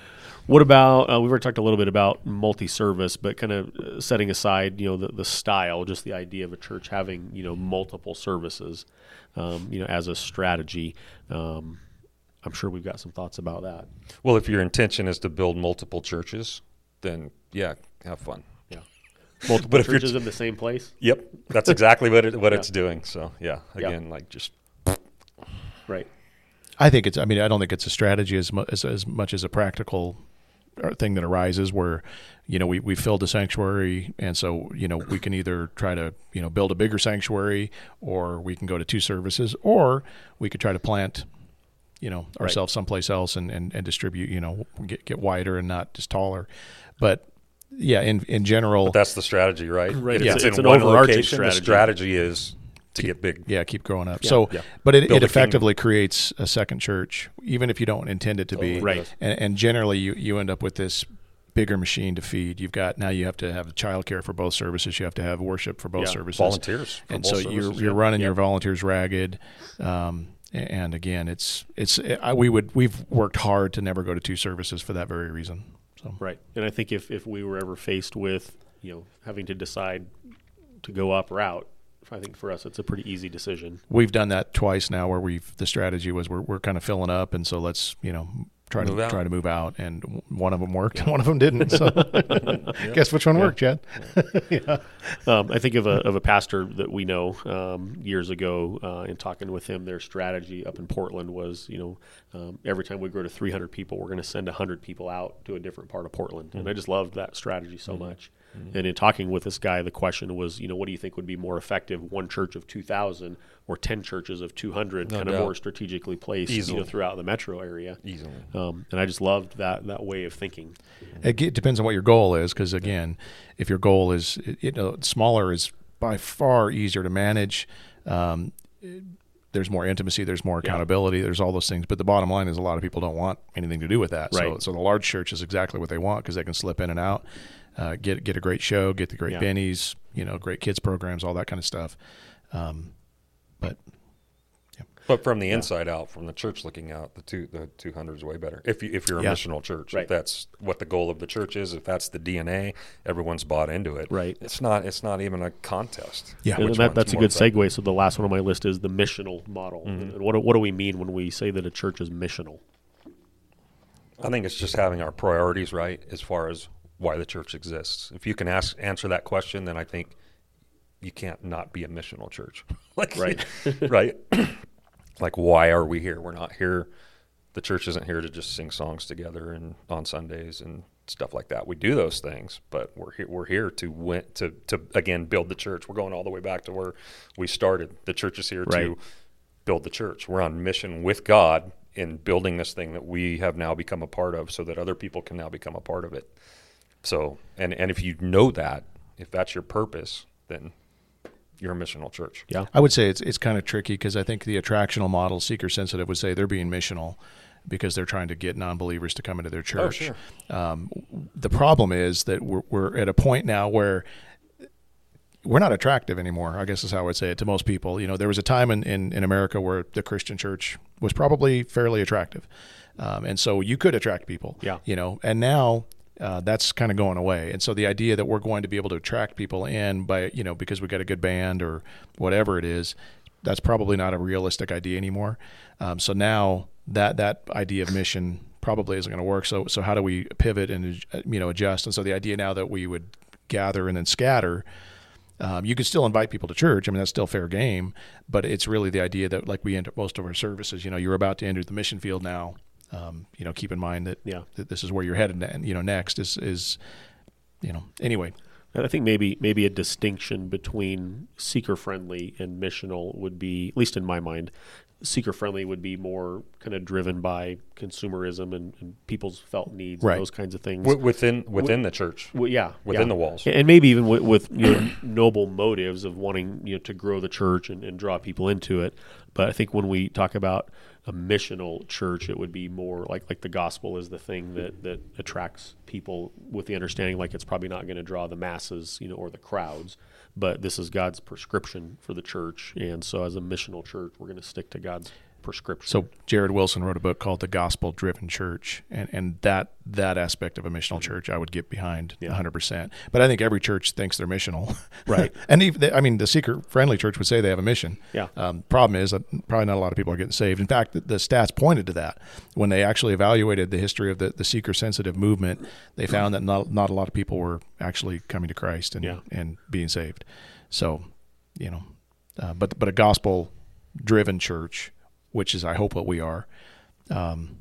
S5: what about uh, we've already talked a little bit about multi-service, but kind of setting aside you know the, the style, just the idea of a church having you know multiple services, um, you know as a strategy. Um, I'm sure we've got some thoughts about that.
S4: Well, if your intention is to build multiple churches, then yeah, have fun.
S5: Yeah, multiple
S4: But if you're
S5: churches in the same place,
S4: Yep, that's exactly what it, what it's doing. So yeah, again, like just
S5: right?
S3: I think it's. I mean, I don't think it's a strategy as mu- as, as much as a practical uh, thing that arises where, you know, we we filled the sanctuary, and so you know we can either try to you know build a bigger sanctuary, or we can go to two services, or we could try to plant, you know, ourselves someplace else and and, and distribute, you know, get get wider and not just taller, but yeah, in in general,
S4: that's the strategy, right?
S5: Right,
S4: If
S5: it's-
S4: it's,
S5: it's
S4: in
S5: an
S4: one
S5: overarching
S4: location.
S5: strategy.
S4: The strategy is to get big.
S3: yeah, keep growing up. So,
S4: Yeah.
S3: but it,
S4: Build a
S3: it
S4: kingdom.
S3: effectively creates a second church, even if you don't intend it to be.
S5: Totally Right. does.
S3: And, and generally, you, you end up with this bigger machine to feed. You've got now you have to have childcare for both services. You have to have worship for both
S5: Yeah.
S3: services.
S4: Volunteers for
S3: and so
S4: both
S3: you're
S4: services,
S3: you're
S4: yeah.
S3: running your volunteers ragged. Um, a- and again, it's it's I, we would we've worked hard to never go to two services for that very reason. So
S5: Right. And I think if, if we were ever faced with, you know, having to decide to go up or out, I think for us it's a pretty easy decision.
S3: we've done that twice now where we've the strategy was we're, we're kind of filling up and so let's you know try
S4: Move
S3: to
S4: out.
S3: try to move out and w- one of them worked and one of them didn't so guess which one worked chad
S5: Um, I think of a, of a pastor that we know um, years ago uh, in talking with him, their strategy up in Portland was, you know, um, every time we grow to 300 people, we're going to send 100 people out to a different part of Portland. And
S4: Mm-hmm.
S5: I just loved that strategy so much. And in talking with this guy, the question was, you know, what do you think would be more effective, one church of 2,000 or 10 churches of 200, kind of
S4: doubt.
S5: more strategically placed you know,
S4: Easily.
S5: throughout the metro area?
S4: Easily.
S5: Um, and I just loved that, that way of thinking.
S3: it ge- depends on what your goal is because again if your goal is you know smaller is by far easier to manage um, there's more intimacy there's more accountability there's all those things but the bottom line is a lot of people don't want anything to do with that so,
S5: Right.
S3: so the large church is exactly what they want because they can slip in and out uh, get get a great show get the great
S5: Yeah.
S3: bennies you know great kids programs all that kind of stuff um, but
S4: But from the inside out, from the church looking out, the two the two hundred is way better. If you if you're a
S3: Yeah.
S4: missional church,
S5: Right.
S4: if that's what the goal of the church is, if that's the DNA, everyone's bought into it.
S5: Right.
S4: It's not it's not even a contest.
S3: Yeah.
S5: And
S4: which
S5: that,
S4: one's
S5: that's a
S4: more Mm-hmm.
S5: good
S4: effective.
S5: segue. So the last one on my list is the missional model. And what, do- what do we mean when we say that a church is missional?
S4: I think it's just having our priorities right as far as why the church exists. If you can ask answer that question, then I think you can't not be a missional church. like,
S5: Right.
S4: right. like why are we here? We're not here. The church isn't here to just sing songs together and on Sundays and stuff like that. We do those things, but we're here, we're here to win, to to again build the church. We're going all the way back to where we started. The church is here
S5: Right.
S4: to build the church. We're on mission with God in building this thing that we have now become a part of so that other people can now become a part of it. So, and and if you know that, if that's your purpose, then you're a missional church.
S5: Yeah.
S3: I would say it's it's kind of tricky because I think the attractional model, seeker sensitive, would say they're being missional because they're trying to get non-believers to come into their church.
S4: sure.
S3: um, the problem is that we're, we're at a point now where we're not attractive anymore. I guess is how I would say it to most people. You know, there was a time in, in, in America where the Christian church was probably fairly attractive. Um, and so you could attract people,
S5: Yeah.
S3: you know, and now uh, that's kind of going away. And so the idea that we're going to be able to attract people in by, you know, because we got a good band or whatever it is, that's probably not a realistic idea anymore. Um, so now that, that idea of mission probably isn't going to work. So, so how do we pivot and, uh, you know, adjust? And so the idea now that we would gather and then scatter, Um, you can still invite people to church. I mean, that's still fair game, but it's really the idea that, like we end up most of our services, you know, you're about to enter the mission field now. Um, you know, keep in mind that,
S5: Yeah.
S3: that this is where you're headed, and you know, next is is you know, anyway,
S5: And I think maybe maybe a distinction between seeker friendly and missional would be, at least in my mind, seeker friendly would be more kind of driven by consumerism and, and people's felt needs,
S3: Right.
S5: and those kinds of things.
S4: Wi- within within the church.
S5: Well, yeah,
S4: Within
S5: yeah.
S4: the walls.
S5: and maybe even with, with you know, noble motives of wanting you know to grow the church and, and draw people into it. But I think when we talk about a missional church, it would be more like like the gospel is the thing that that attracts people with the understanding like it's probably not going to draw the masses, you know, or the crowds. But this is God's prescription for the church, and so as a missional church, we're going to stick to God's prescription.
S3: So Jared Wilson wrote a book called The Gospel Driven Church, and, and that that aspect of a missional
S5: Mm-hmm.
S3: church I would get behind 100. percent But I think every church thinks they're missional, right? and even the, I mean, the seeker friendly church would say they have a mission.
S5: Yeah.
S3: Um, problem is that probably not a lot of people are getting saved. In fact, the, the stats pointed to that when they actually evaluated the history of the, the seeker sensitive movement. They found that not not a lot of people were actually coming to Christ and
S5: Yeah.
S3: and being saved. So, you know, uh, but but a gospel driven church, which is I hope what we are. Um,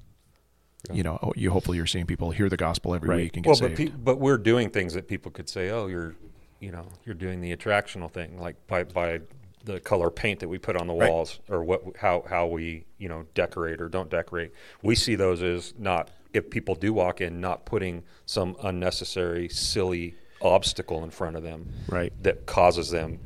S3: You know, you hopefully you're seeing people hear the gospel every week and get
S4: Well, but
S3: saved.
S4: pe- but we're doing things that people could say, oh, you're, you know, you're doing the attractional thing, like by by the color paint that we put on the walls, or what how how we you know decorate or don't decorate. We see those as not if people do walk in, not putting some unnecessary silly obstacle in front of them,
S5: Right.
S4: That causes them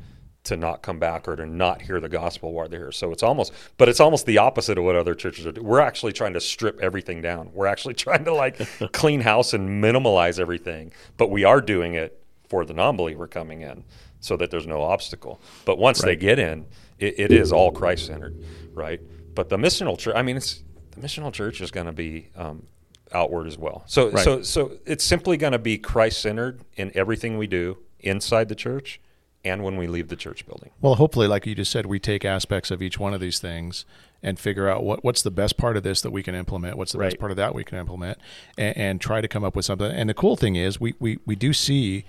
S4: to not come back or to not hear the gospel while they're here. So it's almost, but it's almost the opposite of what other churches are doing. We're actually trying to strip everything down. We're actually trying to like clean house and minimalize everything, but we are doing it for the non-believer coming in so that there's no obstacle. But once they get in, it, it is all Christ centered, right? But the missional church, I mean, it's the missional church is going to be um, outward as well. So, so, so it's simply going to be Christ centered in everything we do inside the church and when we leave the church building.
S3: Well, hopefully, like you just said, we take aspects of each one of these things and figure out what, what's the best part of this that we can implement, what's the best
S5: Right.
S3: part of that we can implement, and, and try to come up with something. And the cool thing is, we, we, we do see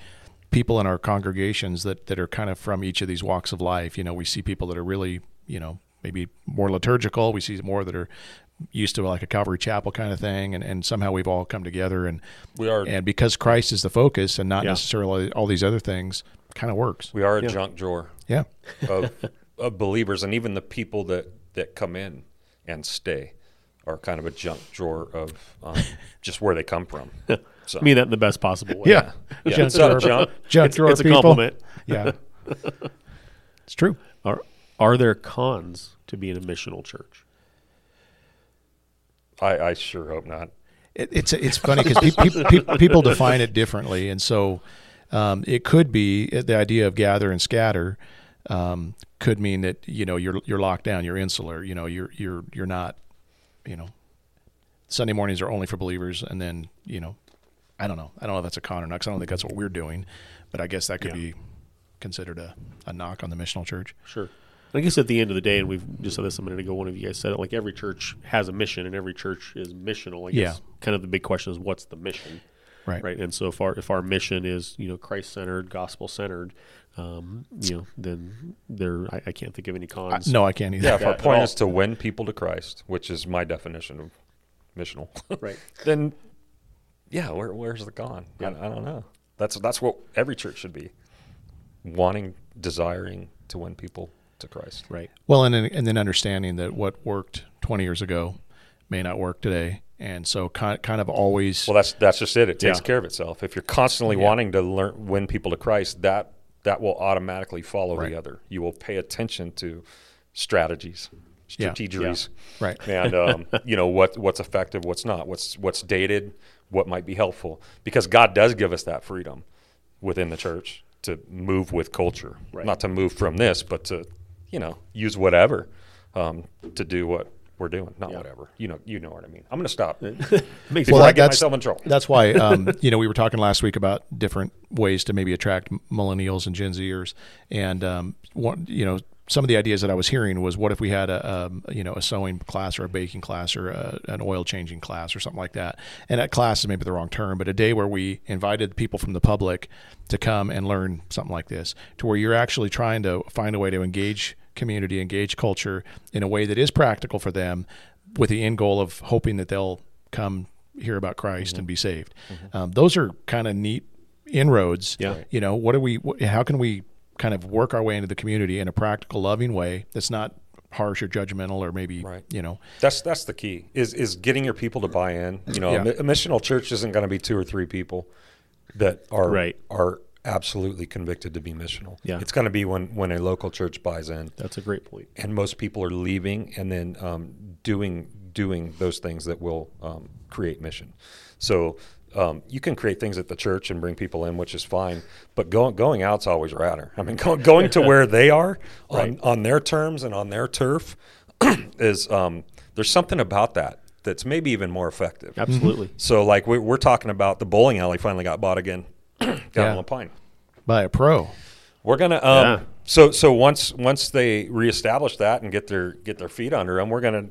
S3: people in our congregations that, that are kind of from each of these walks of life. You know, we see people that are really, you know, maybe more liturgical, we see more that are used to like a Calvary Chapel kind of thing, and, and somehow we've all come together and
S4: We are-
S3: and because Christ is the focus and not
S5: Yeah.
S3: necessarily all these other things, kind of works.
S4: We are a junk drawer
S3: Yeah.
S4: of, of believers, and even the people that, that come in and stay are kind of a junk drawer of um, just where they come from. So,
S5: I mean that in the best possible way.
S3: Yeah.
S4: yeah,
S3: Junk
S4: it's not
S3: drawer.
S4: junk.
S3: Junk
S5: It's-
S3: drawer
S5: it's a
S3: people.
S5: compliment.
S3: Yeah. it's true.
S5: Are are there cons to being a missional church?
S4: I, I sure hope not.
S3: It, it's it's funny because people define it differently, and so um, it could be the idea of gather and scatter um, could mean that you know you're you're locked down, you're insular, you know you're you're you're not, you know, Sunday mornings are only for believers, and then you know, I don't know, I don't know if that's a con or not, 'cause I don't think that's what we're doing, but I guess that could be considered a, a knock on the missional church.
S5: Sure. I guess at the end of the day, and we've just said this a minute ago, one of you guys said it, like every church has a mission and every church is missional. I guess
S3: Yeah.
S5: kind of the big question is what's the mission?
S3: Right.
S5: Right. And so if our if our mission is, you know, Christ centered, gospel centered, um, you know, then there I, I can't think of any
S3: I-
S5: cons.
S3: no, I can't either.
S4: Yeah, if
S5: Yeah,
S4: our
S5: at
S4: point
S5: all.
S4: is to win people to Christ, which is my definition of missional,
S5: Right.
S4: then yeah, where, where's the con? I, I don't know. That's that's what every church should be wanting, desiring to win people to Christ.
S5: Right.
S3: Well, and then- and then understanding that what worked 20 years ago may not work today, and so kind kind of always
S4: Well, that's that's just it. It takes
S5: Yeah.
S4: care of itself. If you're constantly wanting to learn win people to Christ, that that will automatically follow
S3: Right.
S4: the other. You will pay attention to strategies,
S3: Yeah.
S4: strategies.
S3: right.
S4: and um, you know what what's effective, what's not, what's what's dated, what might be helpful, because God does give us that freedom within the church to move with culture,
S5: Right.
S4: not to move from this, but to you know use whatever um, to do what we're doing, not whatever. You know, you know what I mean. I'm going to stop before
S5: Makes
S3: Well,
S4: I
S3: that-
S4: get
S3: that's-
S4: myself in trouble.
S3: That's why um, you know we were talking last week about different ways to maybe attract millennials and Gen Zers, and um, one, you know some of the ideas that I was hearing was what if we had a, um you know a sewing class or a baking class or a, an oil changing class or something like that. And that class is maybe the wrong term, but a day where we invited people from the public to come and learn something like this, to where you're actually trying to find a way to engage community, engage culture in a way that is practical for them, with the end goal of hoping that they'll come hear about Christ and be saved. Um, those are kind of neat inroads.
S5: Yeah. Right.
S3: You know, what are we? wh- How can we kind of work our way into the community in a practical, loving way that's not harsh or judgmental or maybe
S4: Right.
S3: you know
S4: That's that's the key is is getting your people to buy in. You know, a
S3: Yeah.
S4: mi- a missional church isn't going to be two or three people that are
S5: Right.
S4: are absolutely convicted to be missional.
S5: Yeah.
S4: it's going to be when when a local church buys in,
S5: That's a great point.
S4: and most people are leaving and then um, doing doing those things that will um, create mission. So. Um, you can create things at the church and bring people in, which is fine. But going going out's always radder. I mean, go, going to where they are on, on their terms and on their turf is um, there's something about that that's maybe even more effective.
S5: Absolutely.
S4: So like we, we're talking about the bowling alley finally got bought again down
S3: Yeah.
S4: in La Pine.
S3: by a pro
S4: We're gonna um,
S5: Yeah.
S4: so so once once they reestablish that and get their get their feet under them, we're gonna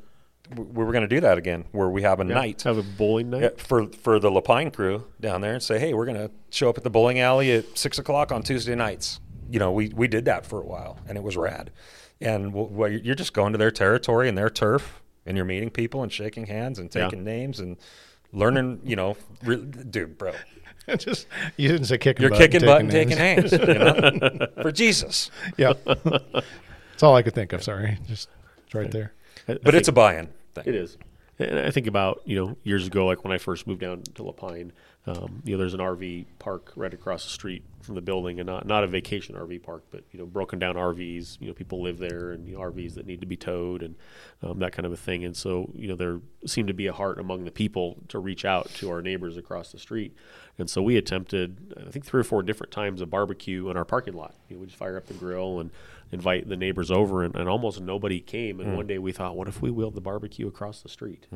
S4: we we were gonna do that again where we have a night
S5: Have a bowling night.
S4: yeah, for for the Lapine crew down there and say, hey, we're gonna show up at the bowling alley at six o'clock on Tuesday nights. You know, we we did that for a while and it was rad. And w- well, you're just going to their territory and their turf, and you're meeting people and shaking hands and
S5: Yeah.
S4: taking names and learning. You know, re- dude, bro,
S3: just you didn't say kicking
S4: you're
S3: butt
S4: kicking
S3: and
S4: butt and
S3: taking
S4: taking hands you know, for Jesus.
S3: hands. yeah that's all I could think of sorry just it's right there
S4: But it's a buy-in thing.
S5: It is. And I think about, you know, years ago, like when I first moved down to Lapine, um, you know, there's an RV park right across the street from the building and not, not a vacation RV park, but, you know, broken down RVs, you know, people live there and you know, RVs that need to be towed and um, that kind of a thing. And so, you know, there seemed to be a heart among the people to reach out to our neighbors across the street. And so we attempted, I think, three or four different times a barbecue in our parking lot. You know, we just fire up the grill and invite the neighbors over, and, and almost nobody came.
S4: Hmm.
S5: And one day we thought, what if we wheeled the barbecue across the street?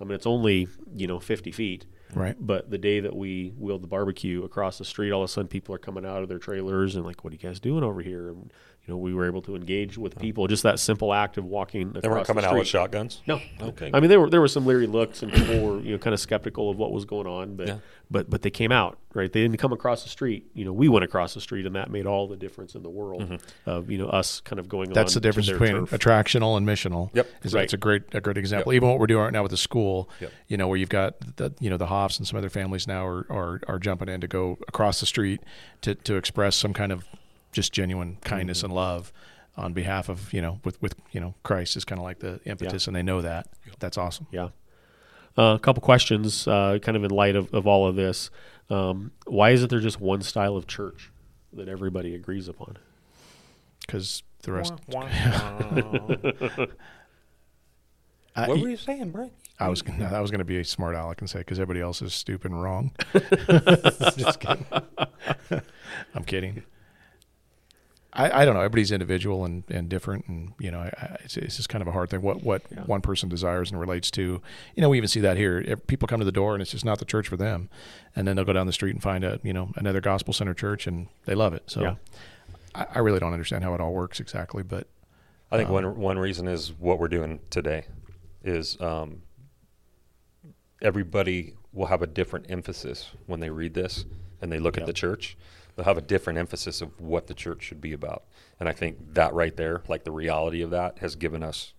S5: I mean, it's only you know 50 feet,
S3: Right.
S5: But the day that we wheeled the barbecue across the street, all of a sudden people are coming out of their trailers and like, what are you guys doing over here? And you know, we were able to engage with people. Just that simple act of walking.
S4: They weren't
S5: across the
S4: coming out with
S5: street.
S4: shotguns.
S5: No.
S4: Okay.
S5: I mean, there were there were some leery looks, and people were you know kind of skeptical of what was going on, but
S4: Yeah.
S5: but but they came out right. They didn't come across the street. You know, we went across the street, and that made all the difference in the world
S4: Mm-hmm.
S5: of you know us kind of going.
S3: That's the
S5: on to
S3: difference
S5: their
S3: between
S5: turf.
S3: attractional and missional.
S4: Yep.
S3: is
S5: Right.
S3: that's a great a great example. Even what we're doing right now with the school,
S4: Yep.
S3: you know, where you've got the you know the Hoffs and some other families now are are, are jumping in to go across the street to to express some kind of just genuine kindness and love on behalf of you know with with you know Christ is kind of like the impetus, and they know that. That's awesome.
S5: yeah. Uh, a couple questions, uh, kind of in light of, of all of this. Um, why isn't there just one style of church that everybody agrees upon?
S3: Because the rest, I,
S4: what were you saying, Brent?
S3: I was gonna, I was going to be a smart aleck and say because everybody else is stupid and wrong. Just kidding. I'm kidding. I, I don't know. Everybody's individual and, and different, and you know, I, I, it's, it's just kind of a hard thing. What what one person desires and relates to, you know, we even see that here. If people come to the door and it's just not the church for them, and then they'll go down the street and find a you know another gospel center church and they love it. So,
S5: Yeah.
S3: I, I really don't understand how it all works exactly, but
S4: I think one one reason is what we're doing today is um, everybody will have a different emphasis when they read this and they look at the church. They'll have a different emphasis of what the church should be about, and I think that right there, like the reality of that, has given us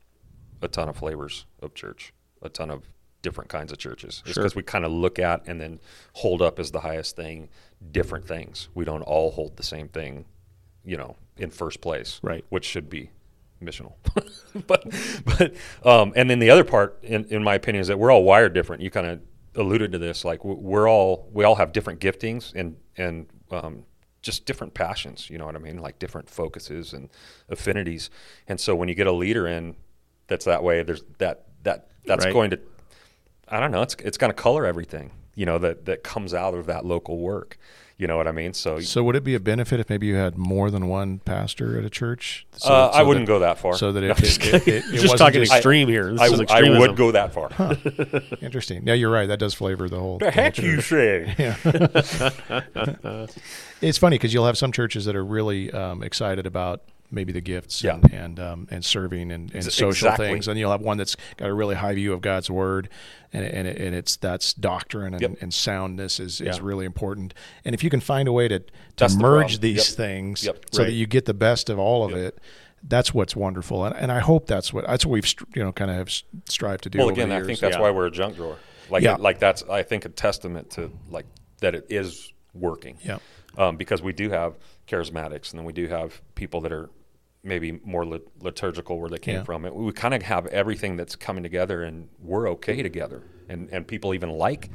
S4: a ton of flavors of church, a ton of different kinds of churches. It's because we kind of look at and then hold up as the highest thing different things. We don't all hold the same thing, you know, in first place,
S5: Right.
S4: Which should be missional. but but um, and then the other part, in, in my opinion, is that we're all wired different. You kind of alluded to this, like w- we're all we all have different giftings and and um, just different passions. You know what I mean? Like different focuses and affinities. And so when you get a leader in that's that way, there's that that that's
S5: Right.
S4: going to I don't know. It's it's going to color everything. You know that that comes out of that local work. You know what I mean? So
S3: So would it be a benefit if maybe you had more than one pastor at a church? So,
S4: uh, I
S3: so
S4: wouldn't
S3: that,
S4: go that far.
S3: So that
S4: No,
S3: it,
S4: I'm just
S3: it, it, it
S5: You're
S3: wasn't
S5: just talking
S3: just-
S5: extreme here. This
S4: I,
S5: is
S4: I
S5: extremism.
S4: would go that far.
S3: interesting. Yeah, you're right. That does flavor the whole.
S4: The
S3: whole
S4: heck you
S3: church.
S4: say?
S3: It's funny because you'll have some churches that are really um, excited about maybe the gifts
S4: Yeah.
S3: and and, um, and serving and, and
S4: Ex-
S3: social
S4: exactly.
S3: things, and you'll have one that's got a really high view of God's word, and it- and, it, and it's that's doctrine and,
S4: Yep.
S3: and soundness is, is
S4: Yeah.
S3: really important. And if you can find a way to, to
S4: That's the
S3: merge
S4: problem.
S3: these
S4: Yep.
S3: things
S4: Yep.
S3: so that
S4: Right.
S3: you get the best of all of it, that's what's wonderful. And, and I hope that's what that's what we've str- you know kind of have s- strived to do.
S4: Well,
S3: over
S4: again,
S3: the
S4: I
S3: years.
S4: think that's
S5: Yeah.
S4: why we're a junk drawer. Like,
S3: Yeah.
S4: like that's I think a testament to like that it is working.
S3: Yeah.
S4: Um, because we do have charismatics, and then we do have people that are maybe more lit- liturgical where they came
S3: Yeah.
S4: from. It, we kind of have everything that's coming together, and we're okay together, and and people even like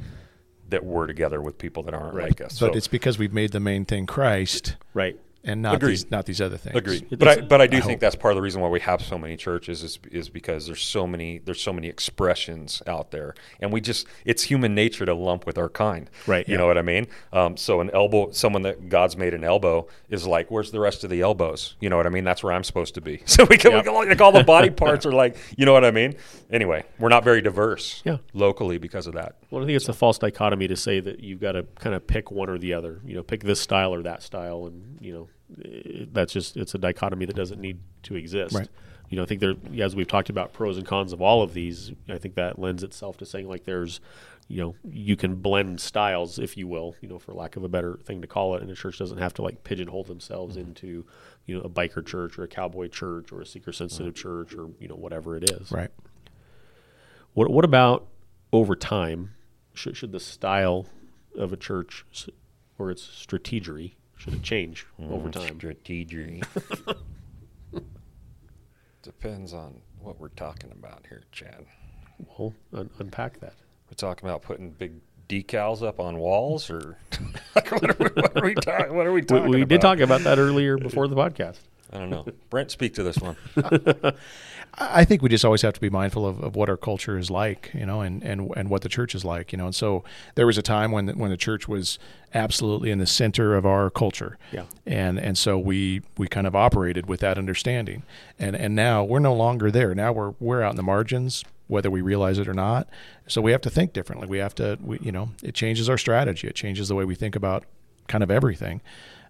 S4: that we're together with people that aren't like us.
S3: but
S4: So-
S3: it's because we've made the main thing Christ
S5: Right.
S3: and not
S4: Agreed.
S3: these not these other things.
S4: Agreed. But I, but I do think that's part of the reason why we have so many churches is is because there's so many there's so many expressions out there, and we just it's human nature to lump with our kind.
S5: Right,
S4: You
S5: yeah.
S4: know what I mean? Um, so an elbow, someone that God's made an elbow is like, where's the rest of the elbows? You know what I mean? That's where I'm supposed to be. So we can we can- like all the body parts are like, you know what I mean? Anyway, we're not very diverse.
S5: Yeah.
S4: Locally because of that.
S5: Well, I think it's a false dichotomy to say that you've got to kind of pick one or the other. You know, pick this style or that style, and you know, eh, that's just it's a dichotomy that doesn't need to exist.
S3: Right.
S5: You know, I think there, as we've talked about pros and cons of all of these, I think that lends itself to saying like there's, you know, you can blend styles, if you will, you know, for lack of a better thing to call it, and a church doesn't have to like pigeonhole themselves into, you know, a biker church or a cowboy church or a seeker sensitive church or you know whatever it is.
S3: Right.
S5: What What about over time? Should, should the style of a church s- or its strategery should it change over time?
S4: Strategy. Depends on what we're talking about here, Chad.
S5: Well, un- unpack that.
S4: We're talking about putting big decals up on walls, or like, what, are we, what are we talking? What are we
S5: We,
S4: talking?
S5: we
S4: about?
S5: did talk about that earlier before the podcast.
S4: I don't know. Brent, speak to this one.
S3: I I think we just always have to be mindful of, of what our culture is like, you know, and, and and what the church is like, you know. And so there was a time when the, when the church was absolutely in the center of our culture,
S5: Yeah.
S3: And and so we we kind of operated with that understanding, and and now we're no longer there. Now we're we're out in the margins, whether we realize it or not. So we have to think differently. We have to, we, you know, it changes our strategy. It changes the way we think about kind of everything.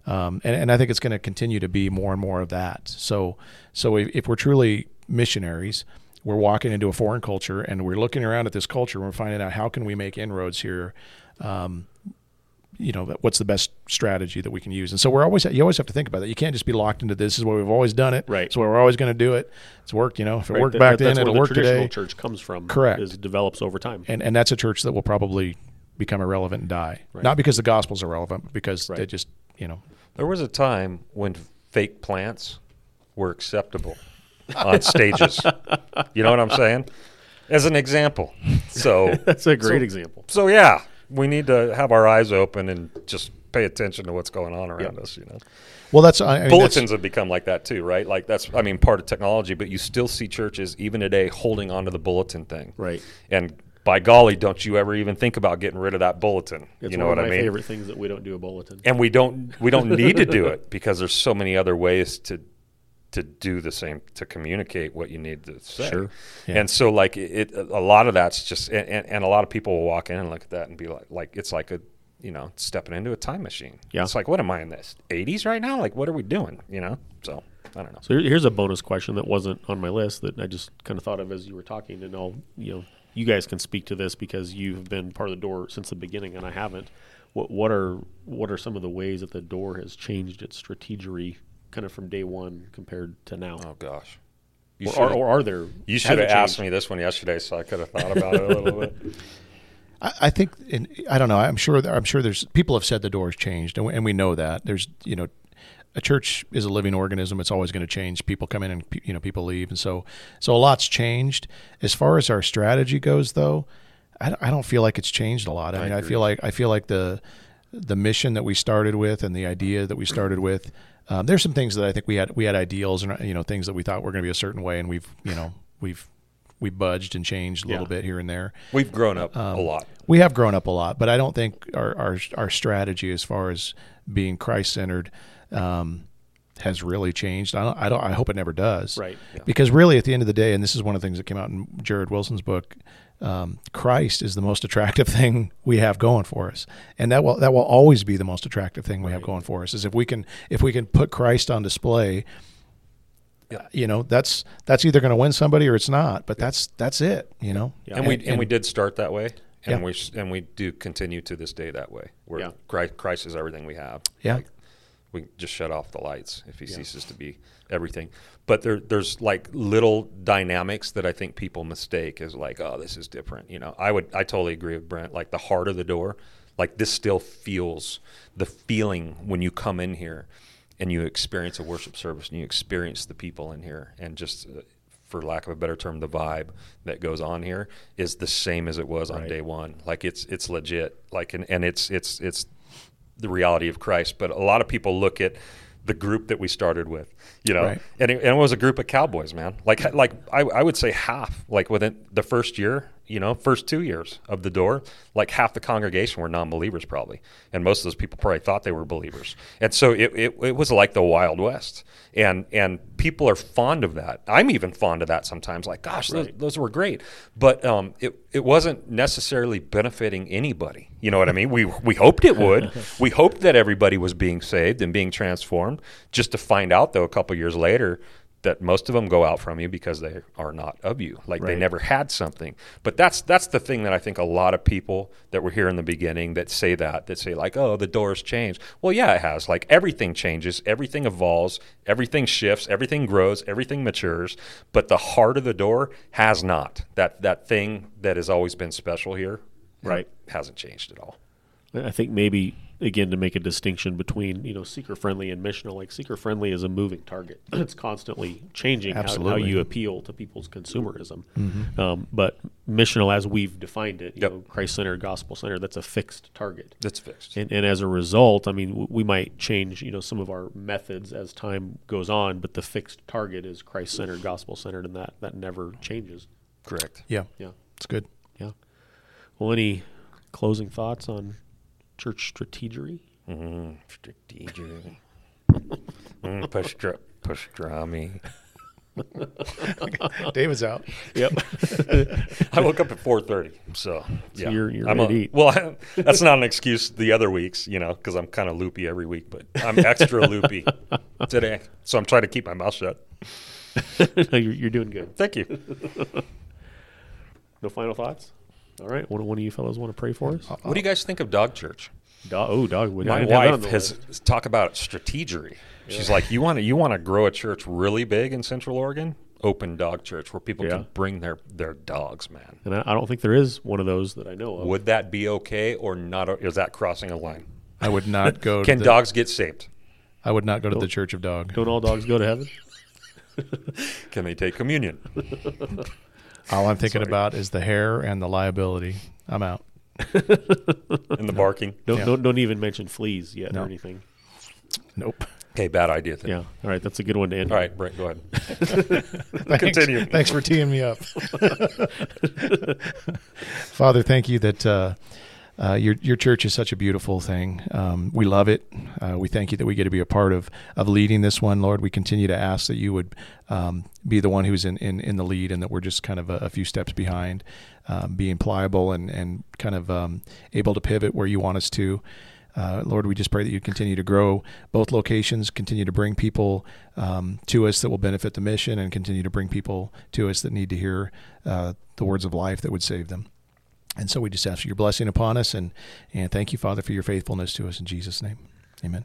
S3: Um, and, and I think it's going to continue to be more and more of that. So, so if, if we're truly missionaries, we're walking into a foreign culture and we're looking around at this culture and we're finding out how can we make inroads here. Um, you know, what's the best strategy that we can use? And so we're always, you always have to think about that. You can't just be locked into this is what we've always done it.
S5: Right.
S3: So we're always going to do it. It's worked, you know, if it worked
S5: That-
S3: back
S5: that-
S3: then,
S5: that's where
S3: it'll
S5: the
S3: work
S5: traditional
S3: today
S5: church comes from.
S3: Correct.
S5: Is it develops over time.
S3: and and that's a church that will probably become irrelevant and die. Not because the gospel's irrelevant, but because they
S5: Right.
S3: just you know
S4: There was a time when fake plants were acceptable on stages. You know what I'm saying? As an example. So
S5: That's a great example.
S4: so yeah, we need to have our eyes open and just pay attention to what's going on around us. You know.
S3: well that's I I mean, that's-
S4: bulletins have become like that too, right? Like that's, I mean, part of technology, but you still see churches even today holding on to the bulletin thing,
S5: Right.
S4: And by golly, don't you ever even think about getting rid of that bulletin?
S5: It's
S4: you know
S5: one
S4: what
S5: of
S4: I
S5: my
S4: mean?
S5: favorite things that we don't do a bulletin.
S4: And we don't, we don't need to do it because there's so many other ways to to do the same to communicate what you need to say.
S5: Sure.
S4: And so, like it, a lot of that's just, and, and, and a lot of people will walk in and look at that and be like, like it's like a you know, stepping into a time machine.
S5: Yeah.
S4: It's like, what am I in this? 80s right now? Like, what are we doing? You know? So, I don't know.
S5: So here- here's a bonus question that wasn't on my list that I just kind of thought of as you were talking, and I'll you know you guys can speak to this because you've been part of the door since the beginning, and I haven't. What what are what are some of the ways that the door has changed its strategery, kind of from day one compared to now,
S4: Oh gosh, you
S5: or, or,
S4: should
S5: or are there?
S4: you
S5: has
S4: should
S5: it
S4: have asked
S5: changed?
S4: me this one yesterday, so I could have thought about it a little bit.
S3: I, I think in, I don't know I'm sure there, I'm sure there's people have said the door's changed and we, and we know that there's you know a church is a living organism it's always going to change people come in and pe- you know people leave and so so a lot's changed as far as our strategy goes though I, don't- I don't feel like it's changed a lot I, mean I feel like I feel like the the mission that we started with and the idea that we started with um, there's some things that I think we had we had ideals and you know things that we thought were going to be a certain way and we've you know we've we budged and changed a little
S5: Yeah.
S3: bit here and there
S4: We've grown up a lot.
S3: we have grown up a lot, but I don't think our our, our strategy as far as being Christ centered um, has really changed. I don't, I don't. I hope it never does.
S5: Right, yeah.
S3: Because really, at the end of the day, and this is one of the things that came out in Jared Wilson's book. Um, Christ is the most attractive thing we have going for us, and that will that will always be the most attractive thing we have going for us. Is if we can if we can put Christ on display uh,
S4: Yep.
S3: you know, that's that's either going to win somebody or it's not. But that's that's it. You know,
S4: and we and, we did start that way, and
S3: Yeah.
S4: we s- and we do continue to this day that way. Where
S5: Yeah.
S4: Chri- Christ is everything we have.
S3: Yeah.
S4: Like, we just shut off the lights if he ceases to be everything. But there there's like little dynamics that I think people mistake as like, oh, this is different. You know, I would I totally agree with Brent. Like the heart of the door, like this still feels the feeling when you come in here and you experience a worship service and you experience the people in here and just uh, for lack of a better term, the vibe that goes on here is the same as it was on day one. Like it's it's legit. Like and, and it's it's it's the reality of Christ. But a lot of people look at the group that we started with, you know,
S3: Right.
S4: and, it, and it was a group of cowboys, man. Like like I, I would say half, like within the first year, you know, first two years of the door, like half the congregation were non-believers probably, and most of those people probably thought they were believers. And so it, it, it was like the Wild West, and and people are fond of that. I'm even fond of that sometimes. Like, gosh, those, those were great, but um, it it wasn't necessarily benefiting anybody. You know what I mean? We we hoped it would. we hoped that everybody was being saved and being transformed. Just to find out though, a couple years later, that most of them go out from you because they are not of you. Like they never had something. But that's that's the thing that I think a lot of people that were here in the beginning that say that that say like, "Oh, the doors changed." Well, yeah, it has. Like everything changes, everything evolves, everything shifts, everything grows, everything matures, but the heart of the door has not. That that thing that has always been special here
S5: Right.
S4: hasn't changed at all.
S5: I think maybe again to make a distinction between you know seeker friendly and missional. Like seeker friendly is a moving target; it's constantly changing how, how
S3: Absolutely.
S5: you appeal to people's consumerism. Um, but missional, as we've defined it, you
S4: Yep.
S5: know, Christ centered, gospel centered, that's a fixed target.
S4: That's fixed.
S5: And, and as a result, I mean, w- we might change, you know, some of our methods as time goes on, but the fixed target is Christ-centered, gospel-centered, and that that never changes.
S4: Correct.
S3: yeah,
S5: Yeah,
S3: it's good.
S5: yeah. Well, any closing thoughts on church strategery?
S4: DJ. mm, pastra- pastrami.
S3: David's out.
S5: Yep.
S4: I woke up at four thirty, so yeah,
S5: you're- you're
S4: I'm
S5: ready
S4: a-
S5: to eat.
S4: Well, that's not an excuse. The other weeks, you know, because I'm kind of loopy every week, but I'm extra loopy today, so I'm trying to keep my mouth shut.
S5: you're, you're doing good.
S4: Thank you.
S5: No final thoughts. All right. One, one of you fellows want to pray for us?
S4: What do you guys think of Dog Church?
S5: Do- oh, Dogwood. I
S4: My
S5: didn't have that on
S4: wife
S5: the
S4: has
S5: list.
S4: talk about strategery. She's like, you want to you want to grow a church really big in Central Oregon? Open Dog Church where people
S5: Yeah.
S4: can bring their their dogs, man.
S5: and I, I don't think there is one of those that I know of.
S4: Would that be okay or not? o- Is that crossing a line?
S3: I would not go. to
S4: Can
S3: the,
S4: dogs get saved?
S3: I would not go to the Church of Dog.
S5: Don't all dogs go to heaven?
S4: Can they take communion?
S3: All I'm thinking about is the hair and the liability. I'm out.
S4: and the barking.
S5: Don't
S3: Yeah.
S5: don't, don't even mention fleas yet
S3: No.
S5: or anything.
S3: Nope.
S4: Okay, bad idea. Then.
S5: Yeah. All right. That's a good one to end.
S4: All right, Brent, go ahead.
S3: Thanks.
S4: Continue.
S3: Thanks for teeing me up. Father, thank you that uh, uh, your your church is such a beautiful thing. Um, we love it. Uh, we thank you that we get to be a part of of leading this one, Lord. We continue to ask that you would um, be the one who's in, in in the lead, and that we're just kind of a, a few steps behind, um, being pliable and and kind of um, able to pivot where you want us to. Uh, Lord, we just pray that you continue to grow both locations, continue to bring people um, to us that will benefit the mission, and continue to bring people to us that need to hear uh, the words of life that would save them. And so we just ask for your blessing upon us, and and thank you, Father, for your faithfulness to us in Jesus' name, Amen.